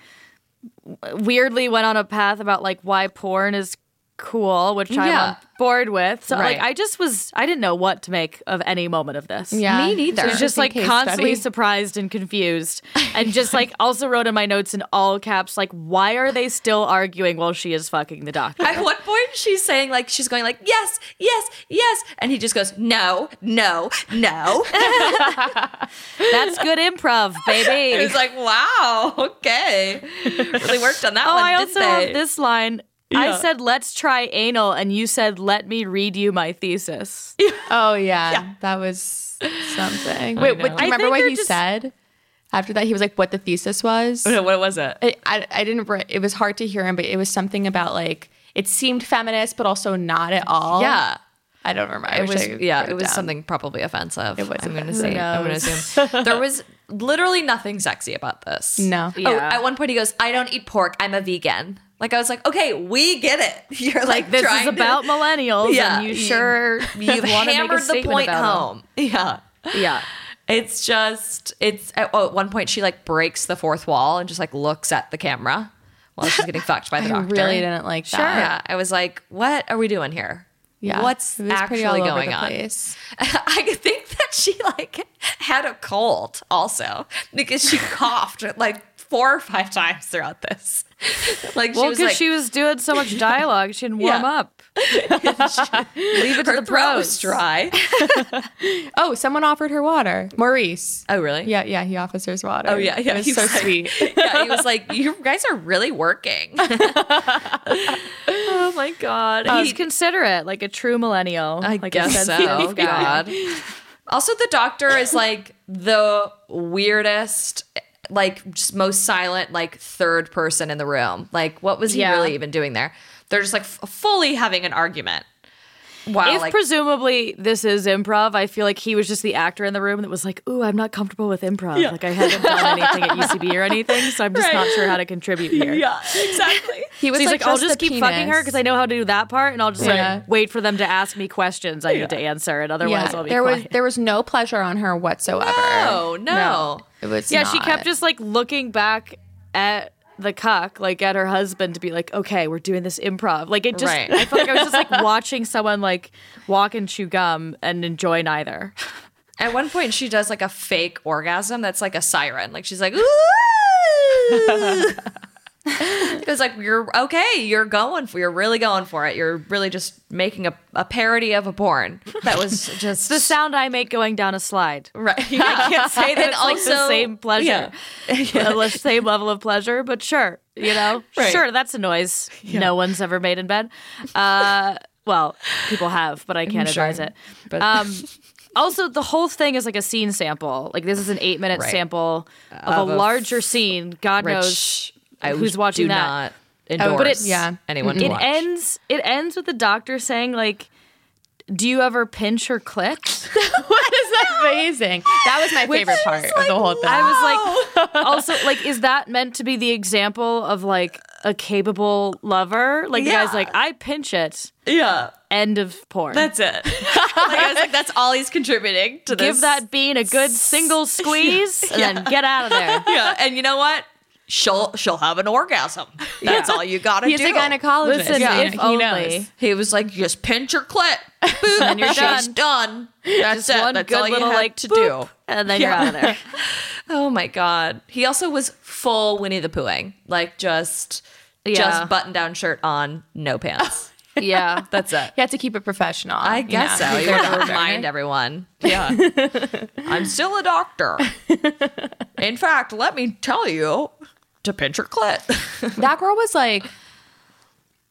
Speaker 3: w- weirdly went on a path about like why porn is cool, which I'm
Speaker 2: Yeah.
Speaker 3: on board with. So
Speaker 2: Right.
Speaker 3: like I just was I didn't know what to make of any moment of this.
Speaker 4: Yeah.
Speaker 2: Me neither.
Speaker 4: So
Speaker 3: I was
Speaker 4: it's
Speaker 3: just
Speaker 4: a
Speaker 3: like
Speaker 4: case
Speaker 3: constantly
Speaker 4: study.
Speaker 3: surprised and confused. And just like also wrote in my notes in all caps, like, why are they still arguing while she is fucking the doctor?
Speaker 2: At one point, she's saying like she's going like yes, yes, yes, and he just goes no, no, no.
Speaker 3: That's good improv,
Speaker 2: it
Speaker 3: baby.
Speaker 2: was like wow, okay, really worked on that
Speaker 3: Oh,
Speaker 2: one,
Speaker 3: I
Speaker 2: didn't
Speaker 3: also
Speaker 2: they?
Speaker 3: have this line. I
Speaker 2: Yeah.
Speaker 3: said, let's try anal, and you said, let me read you my thesis.
Speaker 4: Oh yeah, that was something.
Speaker 3: Wait, know.
Speaker 4: do
Speaker 3: I
Speaker 4: you
Speaker 3: think
Speaker 4: remember what
Speaker 3: they're
Speaker 4: he
Speaker 3: just-
Speaker 4: said after that? He was like, "What the thesis was."
Speaker 2: Oh, No, what was it?
Speaker 4: I, I, I didn't. re- It was hard to hear him, but it was something about like it seemed feminist, but also not at all.
Speaker 2: Yeah.
Speaker 4: I don't remember. I
Speaker 2: It
Speaker 4: wish
Speaker 2: was
Speaker 4: I could
Speaker 2: yeah,
Speaker 4: wrote
Speaker 2: it was
Speaker 4: down.
Speaker 2: something probably offensive.
Speaker 4: It was
Speaker 2: I'm gonna
Speaker 4: offensive.
Speaker 2: say
Speaker 4: Who
Speaker 2: I'm gonna
Speaker 4: knows?
Speaker 2: assume there was literally nothing sexy about this.
Speaker 4: No.
Speaker 2: Oh,
Speaker 3: Yeah.
Speaker 2: at one point he goes, "I don't eat pork. I'm a vegan." Like I was like, "Okay, we get it. You're like,
Speaker 3: This
Speaker 2: trying
Speaker 3: is about
Speaker 2: to,
Speaker 3: millennials,
Speaker 2: Yeah,
Speaker 3: and you
Speaker 2: you-
Speaker 3: sure want to
Speaker 2: you've
Speaker 3: make a
Speaker 2: hammered the
Speaker 3: statement
Speaker 2: point
Speaker 3: about 'em.
Speaker 2: home." Yeah.
Speaker 3: Yeah.
Speaker 2: It's just it's at, oh, at one point she like breaks the fourth wall and just like looks at the camera while she's getting fucked by the
Speaker 4: I
Speaker 2: doctor.
Speaker 4: really didn't like
Speaker 2: Sure.
Speaker 4: that.
Speaker 2: Yeah. I was like, "What are we doing here?"
Speaker 4: Yeah.
Speaker 2: What's
Speaker 4: It was
Speaker 2: actually
Speaker 4: pretty all over
Speaker 2: going
Speaker 4: the
Speaker 2: on?
Speaker 4: place.
Speaker 2: I think that she like had a cold also because she coughed like four or five times throughout this. Like she
Speaker 3: Well,
Speaker 2: was
Speaker 3: because
Speaker 2: like,
Speaker 3: she was doing so much dialogue, she didn't warm
Speaker 2: Yeah.
Speaker 3: up. Leave it to
Speaker 2: her
Speaker 3: the
Speaker 2: throat
Speaker 3: pros.
Speaker 2: was dry.
Speaker 4: Oh, someone offered her water. Maurice.
Speaker 2: Oh really?
Speaker 4: Yeah, yeah, he offers her water.
Speaker 2: Oh yeah, yeah.
Speaker 4: It was
Speaker 2: he
Speaker 4: so
Speaker 2: was like-
Speaker 4: sweet.
Speaker 2: yeah, he was like, "You guys are really working."
Speaker 3: Oh my god, he's considerate, like a true millennial.
Speaker 2: I
Speaker 3: like a
Speaker 2: guess so. Oh,
Speaker 3: sensitive guy.
Speaker 2: God. Also, the doctor is like the weirdest, like just most silent, like third person in the room. Like, what was he
Speaker 3: Yeah.
Speaker 2: really even doing there? They're just like f- fully having an argument. Wow.
Speaker 3: If
Speaker 2: like,
Speaker 3: presumably this is improv, I feel like he was just the actor in the room that was like, "Ooh, I'm not comfortable with improv. Like I haven't done anything at UCB or anything, so I'm just not sure how to contribute here."
Speaker 2: yeah, exactly.
Speaker 4: He
Speaker 3: So
Speaker 4: was
Speaker 3: he's like, "I'll just
Speaker 4: the
Speaker 3: keep fucking her
Speaker 4: penis.
Speaker 3: because I know how to do that part, and I'll just
Speaker 4: Yeah.
Speaker 3: like wait for them to ask me questions I need to answer, and otherwise I'll be
Speaker 4: there was
Speaker 3: quiet."
Speaker 4: there was no pleasure on her whatsoever.
Speaker 2: No, no.
Speaker 4: It was
Speaker 3: yeah, she
Speaker 4: not.
Speaker 3: kept just like looking back at the cuck, like at her husband, to be like, "Okay, we're doing this improv." Like it just,
Speaker 2: Right.
Speaker 3: I felt like I was just like watching someone like walk and chew gum and enjoy neither.
Speaker 2: At one point, she does like a fake orgasm that's like a siren. Like, she's like, ooh. Because like you're okay, you're going for you're really going for it. You're really just making a, a parody of a porn that was just
Speaker 3: The sound I make going down a slide.
Speaker 2: Right. I can't say
Speaker 3: And it's like the same pleasure,
Speaker 2: Yeah.
Speaker 3: the same level of pleasure. But sure, you know,
Speaker 2: Right.
Speaker 3: sure that's a noise no one's ever made in bed. Uh, well, people have, but I can't
Speaker 2: sure.
Speaker 3: advise it. Um, also, the whole thing is like a scene sample. Like this is an eight-minute
Speaker 2: Right.
Speaker 3: sample of,
Speaker 2: Of
Speaker 3: a,
Speaker 2: a
Speaker 3: larger scene. God knows
Speaker 2: Rich, I
Speaker 3: who's watching
Speaker 2: do
Speaker 3: that.
Speaker 2: not
Speaker 4: Oh,
Speaker 2: endorse
Speaker 4: but it-
Speaker 2: yeah.
Speaker 4: yeah.
Speaker 2: anyone to
Speaker 3: it
Speaker 2: watch.
Speaker 3: ends. It ends with the doctor saying like. Do you ever pinch or click?
Speaker 4: That is amazing. That was my favorite part of the whole thing.
Speaker 3: I was like, also, like, is that meant to be the example of like a capable lover? Like, the
Speaker 2: Yeah.
Speaker 3: guy's like, I pinch it.
Speaker 2: Yeah.
Speaker 3: End of porn.
Speaker 2: it. like, I was like, that's all he's contributing to this.
Speaker 3: Give that bean a good single squeeze and then get out of there.
Speaker 2: Yeah. And you know what? She'll she'll have an orgasm. That's all you gotta
Speaker 4: he's
Speaker 2: do.
Speaker 4: a gynecologist.
Speaker 3: Listen,
Speaker 4: Yeah.
Speaker 3: if
Speaker 4: He
Speaker 3: only
Speaker 4: knows.
Speaker 2: He was like, just pinch your clit. Boom. And
Speaker 3: you're
Speaker 2: She's
Speaker 3: done.
Speaker 2: done. That's
Speaker 3: just
Speaker 2: it.
Speaker 3: one
Speaker 2: That's all
Speaker 3: good
Speaker 2: you
Speaker 3: little
Speaker 2: had
Speaker 3: like
Speaker 2: to
Speaker 3: boop,
Speaker 2: do.
Speaker 3: and then you're out of there.
Speaker 2: Oh my god. He also was full Winnie the Poohing. Like just
Speaker 3: Yeah.
Speaker 2: just button down shirt on, no pants.
Speaker 3: Yeah,
Speaker 2: That's it.
Speaker 4: You had to keep it professional.
Speaker 2: I guess so. You want to remind everyone. Yeah. I'm still a doctor. In fact, let me tell you to pinch your clit.
Speaker 4: that girl was like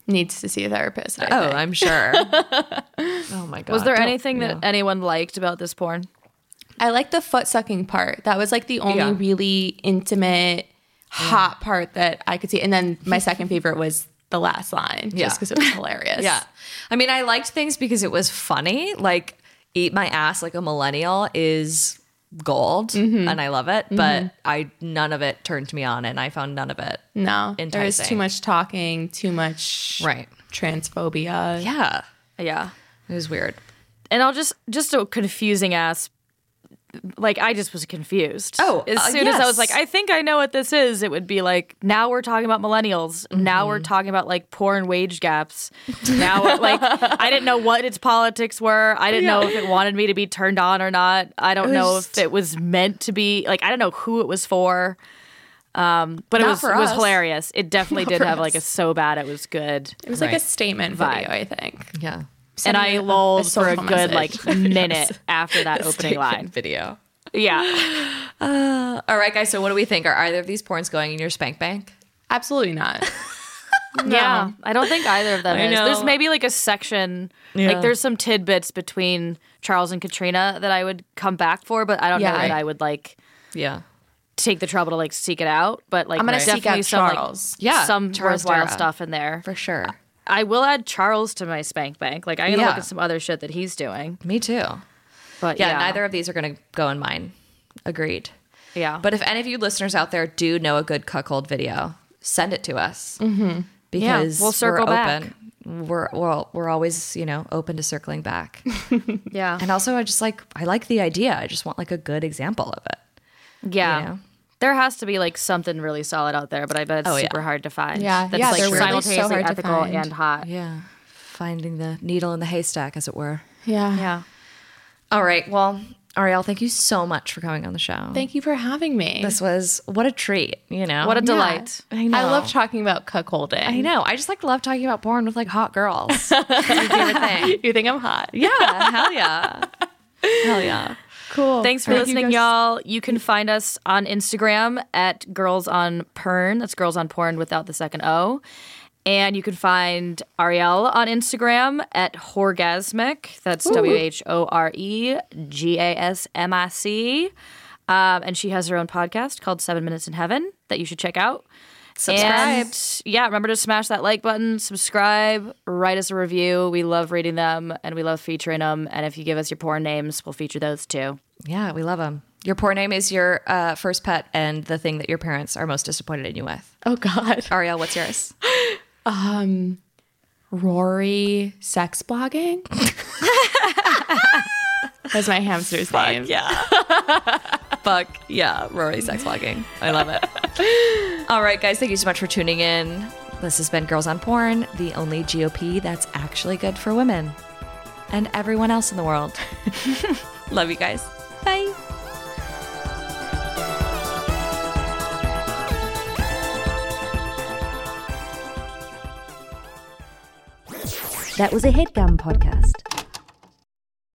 Speaker 4: needs to see a therapist. I
Speaker 2: Oh,
Speaker 4: think.
Speaker 2: I'm sure. oh my god.
Speaker 3: Was there
Speaker 2: Don't-
Speaker 3: anything that anyone liked about this porn?
Speaker 4: I like the foot sucking part. That was like the only
Speaker 2: Yeah.
Speaker 4: really intimate, hot part that I could see. And then my second favorite was the last line,
Speaker 2: Yeah.
Speaker 4: just because it was hilarious.
Speaker 2: Yeah. I mean, I liked things because it was funny. Like, eat my ass like a millennial is gold and I love it, but I none of it turned me on and I found none of it.
Speaker 4: No, there was too
Speaker 2: Enticing.
Speaker 4: much talking, too much
Speaker 2: Right.
Speaker 4: transphobia.
Speaker 2: Yeah.
Speaker 3: Yeah,
Speaker 2: It was weird.
Speaker 3: and I'll just just a confusing ass like I just was confused.
Speaker 2: Oh,
Speaker 3: as
Speaker 2: uh,
Speaker 3: soon as I was
Speaker 2: yes.
Speaker 3: like, I think I know what this is, it would be like, now we're talking about millennials. Now
Speaker 2: Mm-hmm.
Speaker 3: we're talking about like poor and wage gaps. Now, we're, like, I didn't know what its politics were. I didn't know if it wanted me to be turned on or not. I don't know
Speaker 2: was
Speaker 3: if it was meant to be. Like, I don't know who it was for. Um, but it
Speaker 2: Not
Speaker 3: was
Speaker 2: for
Speaker 3: it was
Speaker 2: us.
Speaker 3: hilarious. It definitely did have like a so bad it was good,
Speaker 4: It was like
Speaker 2: Right.
Speaker 4: a statement video, I think.
Speaker 2: Yeah.
Speaker 4: Sending
Speaker 3: and I
Speaker 4: a- a
Speaker 3: lulled for a
Speaker 4: soulful
Speaker 3: good
Speaker 4: message.
Speaker 3: like minute after that opening line.
Speaker 2: Video.
Speaker 3: Yeah.
Speaker 2: All right, guys. So, what do we think? Are either of these porns going in your spank bank?
Speaker 4: Absolutely not.
Speaker 3: Yeah, I don't think either of them
Speaker 2: I
Speaker 3: is. There's
Speaker 2: know.
Speaker 3: maybe like a section,
Speaker 2: Yeah.
Speaker 3: like there's some tidbits between Charles and Katrina that I would come back for, but I don't
Speaker 4: Yeah.
Speaker 3: know that
Speaker 4: Right.
Speaker 3: I would like
Speaker 2: Yeah.
Speaker 3: take the trouble to like seek it out. But like,
Speaker 4: I'm gonna seek
Speaker 3: definitely
Speaker 4: out
Speaker 3: some, like,
Speaker 4: Charles.
Speaker 2: Yeah,
Speaker 3: some
Speaker 2: Charles
Speaker 3: worthwhile
Speaker 2: Dara.
Speaker 3: stuff in there.
Speaker 2: For sure.
Speaker 3: I will add Charles to my spank bank. Like, I'm gonna
Speaker 2: Yeah.
Speaker 3: look at some other shit that he's doing.
Speaker 2: Me too.
Speaker 3: But
Speaker 2: Yeah,
Speaker 3: yeah,
Speaker 2: Neither of these are going to go in mine. Agreed.
Speaker 3: Yeah,
Speaker 2: But if any of you listeners out there do know a good cuckold video, send it to us. Mm-hmm. Because
Speaker 3: Yeah, we'll circle
Speaker 2: we'll circle we
Speaker 3: back.
Speaker 2: open. We're, we're we're always you know open to circling back.
Speaker 3: yeah,
Speaker 2: and also, I just like I like the idea. I just want like a good example of it.
Speaker 3: yeah.
Speaker 2: you know.
Speaker 3: There has to be like something really solid out there, but I bet it's
Speaker 2: Oh, yeah.
Speaker 3: super hard to find.
Speaker 4: Yeah,
Speaker 3: that's
Speaker 4: yeah,
Speaker 3: like
Speaker 4: they're really so
Speaker 3: simultaneously
Speaker 4: hard to
Speaker 3: ethical
Speaker 4: find.
Speaker 3: and hot.
Speaker 2: Yeah, finding the needle in the haystack, as it were.
Speaker 4: Yeah.
Speaker 3: yeah.
Speaker 2: All right. Well, Ariel, thank you so much for coming on the show.
Speaker 4: Thank you for having me.
Speaker 2: This was what a treat. You know
Speaker 3: What a
Speaker 4: Yeah.
Speaker 3: delight.
Speaker 2: I know.
Speaker 4: I love talking about cuckolding.
Speaker 2: I know. I just like love talking about porn with like hot girls. That's my favorite thing.
Speaker 4: You think I'm hot?
Speaker 2: Yeah. Hell yeah. Hell yeah.
Speaker 4: Cool.
Speaker 3: Thanks for listening, you all You can find us on Instagram at Girls on Pern. That's Girls on Porn without the second O. And you can find Ariel on Instagram at Horgasmic. That's W H O R E G A S M I C. Um, and she has her own podcast called Seven Minutes in Heaven that you should check out. And yeah, remember to smash that like button, subscribe, write us a review. We love reading them and we love featuring them. And if you give us your porn names, we'll feature those too.
Speaker 2: Yeah, we love them. Your poor name is your uh, first pet and the thing that your parents are most disappointed in you with.
Speaker 4: Oh God.
Speaker 2: Ariel, what's yours?
Speaker 4: Rory sex blogging. That's my hamster's name.
Speaker 2: Yeah. Fuck yeah, Rory sex vlogging. I love it. All right, guys, thank you so much for tuning in. This has been Girls on Porn, the only GOP that's actually good for women and everyone else in the world. love you guys. Bye.
Speaker 1: That was a headgum podcast.